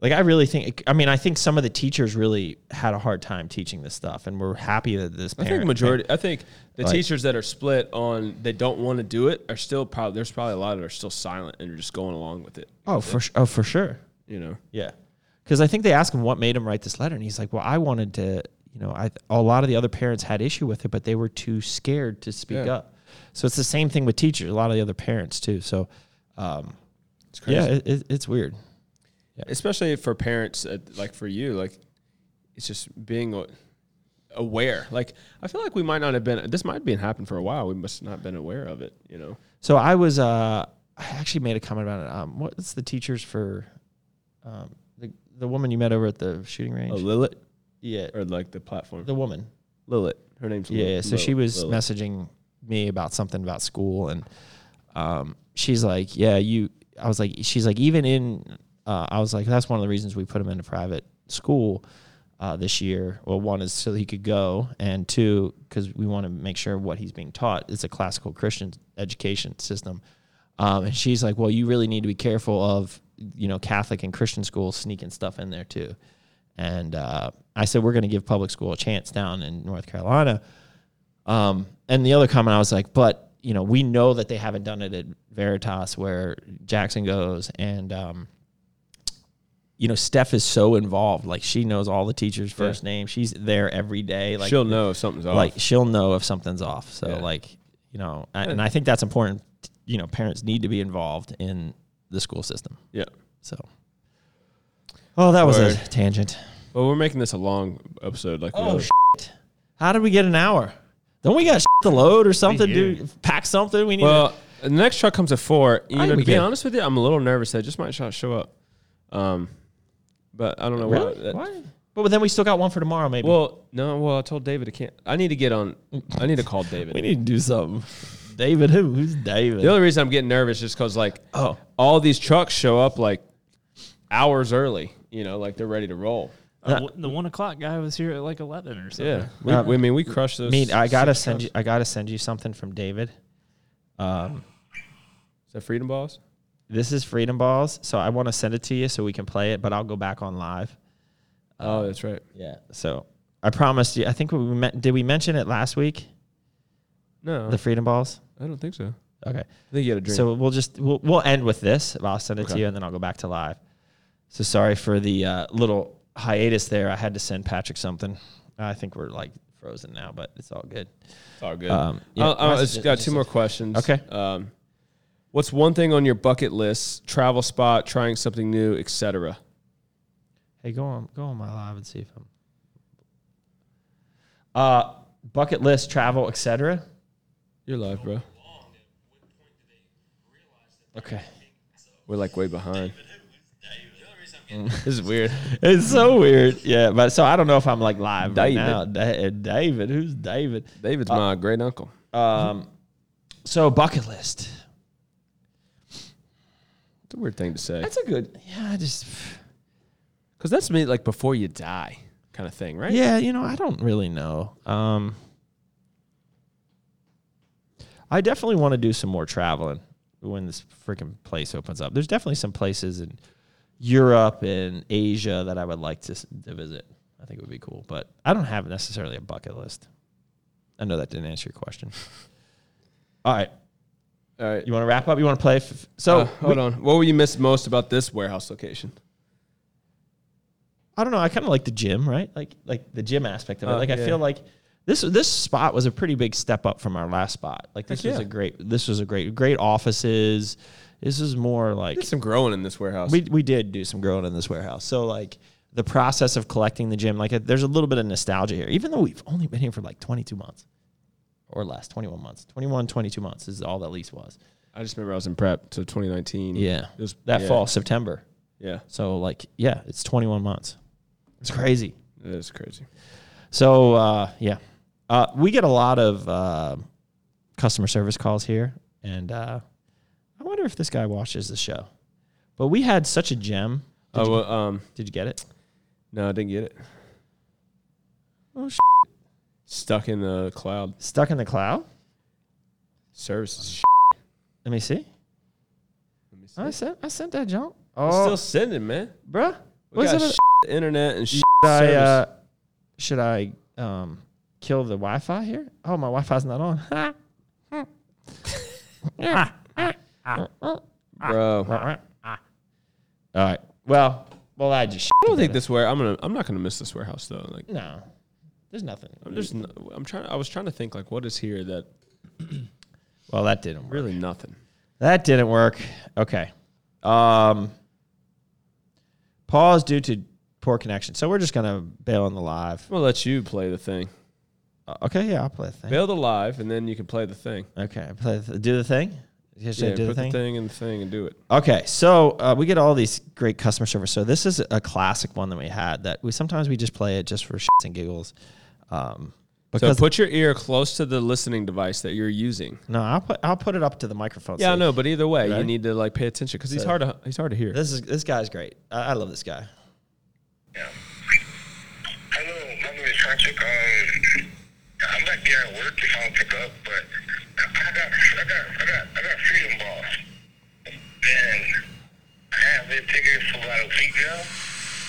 Speaker 3: Like I really think. I mean, I think some of the teachers really had a hard time teaching this stuff, and we're happy that this.
Speaker 4: I
Speaker 3: Parent
Speaker 4: think majority. I think the
Speaker 3: Like-
Speaker 4: teachers that are split on they don't want to do it are still probably there's probably a lot that are still silent and are just going along with it.
Speaker 3: Oh, for su- oh for sure.
Speaker 4: You know,
Speaker 3: Yeah. Because I think they asked him what made him write this letter, and he's like, "Well, I wanted to, you know, I a lot of the other parents had issue with it, but they were too scared to speak
Speaker 4: Yeah.
Speaker 3: up. So it's the same thing with teachers. A lot of the other parents too. So, um,
Speaker 4: it's crazy.
Speaker 3: yeah, it, it, it's weird.
Speaker 4: especially for parents uh, like for you, like it's just being a- aware. Like I feel like we might not have been. This might have been happening for a while. We must not been aware of it. You know,
Speaker 3: So I was, uh, I actually made a comment about it. Um, what's the teachers for, um, the, the woman you met over at the shooting range?
Speaker 4: Lilith
Speaker 3: yeah,
Speaker 4: or like the platform.
Speaker 3: the woman.
Speaker 4: Lilith. Her name's
Speaker 3: Yeah,
Speaker 4: Lil-
Speaker 3: yeah. So she
Speaker 4: Lil-
Speaker 3: was
Speaker 4: Lilith.
Speaker 3: messaging me about something about school, and um, she's like, "Yeah, you." I was like, "She's like, even in." Uh, I was like, "That's one of the reasons we put him into private school uh, this year. Well, one is so he could go, and two, because we want to make sure what he's being taught is a classical Christian education system." Um, and she's like, "Well, you really need to be careful of you know Catholic and Christian schools sneaking stuff in there too." And uh, I said, "We're going to give public school a chance down in North Carolina." Um, and the other comment I was like, but you know, we know that they haven't done it at Veritas where Jackson goes, and um, you know, Steph is so involved. Like she knows all the teachers' first name. She's there every day. Like
Speaker 4: She'll know if something's off.
Speaker 3: like she'll know if something's off. So
Speaker 4: Oh. Yeah.
Speaker 3: like you know, I, and I think that's important. You know, parents need to be involved in the school system.
Speaker 4: yeah.
Speaker 3: So. Oh, that was
Speaker 4: Word.
Speaker 3: a tangent.
Speaker 4: Well, we're making this a long episode. Like, we
Speaker 3: Oh,
Speaker 4: always-
Speaker 3: shit. How did we get an hour? Don't we got shit to load or something,
Speaker 5: do.
Speaker 3: dude? Pack something. We need.
Speaker 4: Well, the next truck comes at four. You
Speaker 3: I think
Speaker 4: know, to
Speaker 3: we
Speaker 4: be
Speaker 3: can.
Speaker 4: honest with you, I'm a little nervous that it just might not show up. Um, but I don't know
Speaker 3: to,
Speaker 4: why.
Speaker 3: really?
Speaker 4: that-
Speaker 3: Why? But, but then we still got one for tomorrow, maybe.
Speaker 4: Well, no. Well, I told David I can't. I need to get on. I need to call
Speaker 3: [LAUGHS]
Speaker 4: David.
Speaker 3: we need to do something. David, who? Who's David?
Speaker 4: the only reason I'm getting nervous is because like
Speaker 3: Oh.
Speaker 4: all these trucks show up like hours early. You know, like they're ready to roll.
Speaker 5: Uh, w- the one o'clock guy was here at like eleven or something.
Speaker 4: Yeah, we, we- I mean we crushed those.
Speaker 3: I Uh, mean, I gotta send you. I gotta send you something from David. Um,
Speaker 4: Is that Freedom Balls?
Speaker 3: this is Freedom Balls, so I want to send it to you so we can play it. But I'll go back on live. Uh,
Speaker 4: Oh, that's right.
Speaker 3: Yeah. So I promised you. I think we met, did. We mention it last week.
Speaker 4: No,
Speaker 3: The Freedom Balls.
Speaker 4: I don't think so. I
Speaker 3: Okay.
Speaker 4: think you had a dream.
Speaker 3: So we'll just we'll, we'll end with this. I'll send it to
Speaker 4: Okay.
Speaker 3: you, and then I'll go back to live. So sorry for the uh, little hiatus there. I had to send Patrick something. I think we're like frozen now, but it's all good.
Speaker 4: It's all good.
Speaker 3: Um,
Speaker 4: Um,
Speaker 3: yeah,
Speaker 4: I'll, I'll-
Speaker 3: mine
Speaker 4: it's
Speaker 3: is-
Speaker 4: got
Speaker 3: it's
Speaker 4: two more questions.
Speaker 3: Okay.
Speaker 4: Um, What's one thing on your bucket list? Travel spot, trying something new, etc.
Speaker 3: Hey, go on, go on my live and see if I'm. Uh, bucket list, travel, etc.
Speaker 4: You're live, bro.
Speaker 3: Okay,
Speaker 4: We're like way behind. [LAUGHS]
Speaker 3: this is weird. It's so weird. Yeah, but so I don't know if I'm like live right
Speaker 4: David.
Speaker 3: now. Da- eh, David, who's David?
Speaker 4: David's my great uncle.
Speaker 3: Um, so bucket list.
Speaker 4: It's a weird thing to say.
Speaker 3: That's a good. Yeah, I just.
Speaker 4: Because that's me, like before you die kind of thing, right?
Speaker 3: Yeah, you know, I don't really know. Um, I definitely want to do some more traveling when this freaking place opens up. There's definitely some places in Europe and Asia that I would like to, s- to visit. I think it would be cool, but I don't have necessarily a bucket list. I know that didn't answer your question. [LAUGHS] All right,
Speaker 4: All right.
Speaker 3: you want to wrap up? You want to play? F- so
Speaker 4: Uh, hold on. What will you miss most about this warehouse location?
Speaker 3: I don't know. I kind of like the gym, right? Like like the gym aspect of it.
Speaker 4: Oh,
Speaker 3: like I
Speaker 4: yeah.
Speaker 3: feel like this this spot was a pretty big step up from our last spot. Like this
Speaker 4: Heck
Speaker 3: was a
Speaker 4: yeah.
Speaker 3: great this was a great great offices. This is more like
Speaker 4: There's some growing in this warehouse.
Speaker 3: we we did do some growing in this warehouse. So like the process of collecting the gym, like uh, there's a little bit of nostalgia here, even though we've only been here for like 22 months or less, 21 months, 21, 22 months is all that lease was.
Speaker 4: I just remember I was in prep to 2019.
Speaker 3: Yeah,
Speaker 4: It was,
Speaker 3: that
Speaker 4: Mm. yeah,
Speaker 3: fall, September.
Speaker 4: Yeah.
Speaker 3: So like, yeah, it's 21 months. It's crazy.
Speaker 4: It is crazy.
Speaker 3: So uh, yeah, uh, we get a lot of uh, customer service calls here, and uh, I wonder if this guy watches the show. But we had such a gem. Did,
Speaker 4: Oh,
Speaker 3: you,
Speaker 4: well, um,
Speaker 3: did you get it?
Speaker 4: no, I didn't get it.
Speaker 3: Oh, sh-
Speaker 4: Stuck in the cloud.
Speaker 3: Stuck in the cloud.
Speaker 4: Services. is
Speaker 3: Let me see.
Speaker 4: Let me see.
Speaker 3: I sent I sent that junk.
Speaker 4: It's
Speaker 3: Oh,
Speaker 4: still sending, man.
Speaker 3: bruh.
Speaker 4: We
Speaker 3: What's
Speaker 4: got
Speaker 3: that?
Speaker 4: shit internet and shit
Speaker 3: should I
Speaker 4: service.
Speaker 3: uh, should I um, kill the Wi-Fi here? Oh, my Wi-Fi's not
Speaker 4: [LAUGHS]
Speaker 3: on. [LAUGHS]
Speaker 4: bro.
Speaker 3: Ah.
Speaker 4: I
Speaker 3: All right. Well, well, I just. I
Speaker 4: don't think this where I'm gonna. I'm not gonna miss this warehouse though. Like,
Speaker 3: No, there's nothing.
Speaker 4: I'm just. n- I'm trying. I was trying to think like, what is here that
Speaker 3: Well, that didn't work.
Speaker 4: really nothing.
Speaker 3: That didn't work. Okay. Um, pause due to poor connection. So we're just gonna bail on the live.
Speaker 4: I'm gonna let you play the thing.
Speaker 3: Uh, Okay. Yeah, I'll play the thing.
Speaker 4: Build alive, and then you can play the thing.
Speaker 3: Okay. Play the, do the thing. You should
Speaker 4: yeah,
Speaker 3: do the
Speaker 4: put
Speaker 3: thing.
Speaker 4: the thing in the thing and do it.
Speaker 3: Okay, so uh, we get all these great customer service. So this is a classic one that we had that we sometimes we just play it just for shits and giggles. Um,
Speaker 4: So
Speaker 3: because
Speaker 4: put your ear close to the listening device that you're using.
Speaker 3: no, I'll put I'll put it up to the microphone.
Speaker 4: Yeah, I
Speaker 3: so-
Speaker 4: know, but either way, you
Speaker 3: Ready?
Speaker 4: need to like pay attention because he's
Speaker 3: So-
Speaker 4: hard to he's hard to hear.
Speaker 3: This is this guy's great. I, I love this guy.
Speaker 1: Hello, my name is Patrick. Um, I'm not there at work if I don't pick up, but I got, I got, I got, I got Freedom Balls. And I have been tickets for about a week now,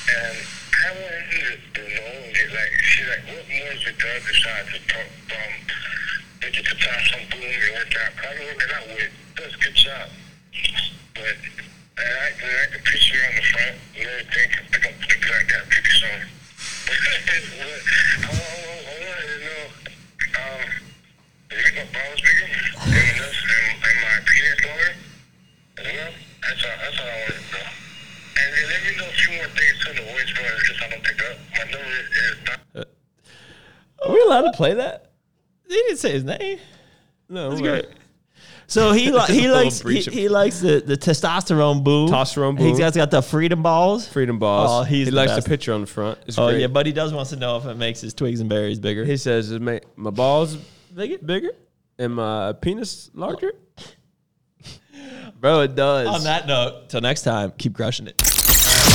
Speaker 1: and I wanted to do the She's like, she's like, what more is the drug besides the pump, um, which is the time some boom and work out? I don't work it out with. Does a good job. But and I, and I can picture on the front and everything. I can think I got a picture on. I want, I want, I want to know, um, is my balls bigger? And, this, and, and my penis longer? Well, that's all, that's all I wanted to know. And then let me know a few more things to the voicemail because I don't pick up. My number is not.
Speaker 4: Are we allowed to play that?
Speaker 3: He didn't say his name.
Speaker 4: No,
Speaker 3: That's
Speaker 4: we're-
Speaker 3: great. So
Speaker 4: [LAUGHS]
Speaker 3: he li- he
Speaker 4: Little
Speaker 3: likes he,
Speaker 4: breach of-
Speaker 3: he likes the, the testosterone boom.
Speaker 4: Testosterone boom.
Speaker 3: He's got, got the freedom balls.
Speaker 4: Freedom balls.
Speaker 3: Oh, he's
Speaker 4: he
Speaker 3: the
Speaker 4: likes
Speaker 3: best.
Speaker 4: the picture on the front. It's
Speaker 3: Oh
Speaker 4: great.
Speaker 3: yeah, but he does wants to know if it makes his twigs and berries bigger.
Speaker 4: he says "It ma- my balls
Speaker 3: bigger.
Speaker 4: bigger and my penis larger. Bro, it does.
Speaker 3: On that note, till next time, keep crushing it.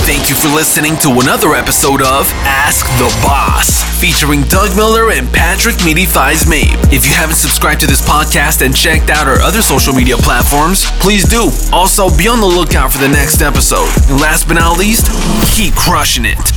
Speaker 2: Thank you for listening to another episode of Ask the Boss, featuring Doug Miller and Patrick Meaty Thighs Mabe. If you haven't subscribed to this podcast and checked out our other social media platforms, please do. Also, be on the lookout for the next episode. And last but not least, keep crushing it.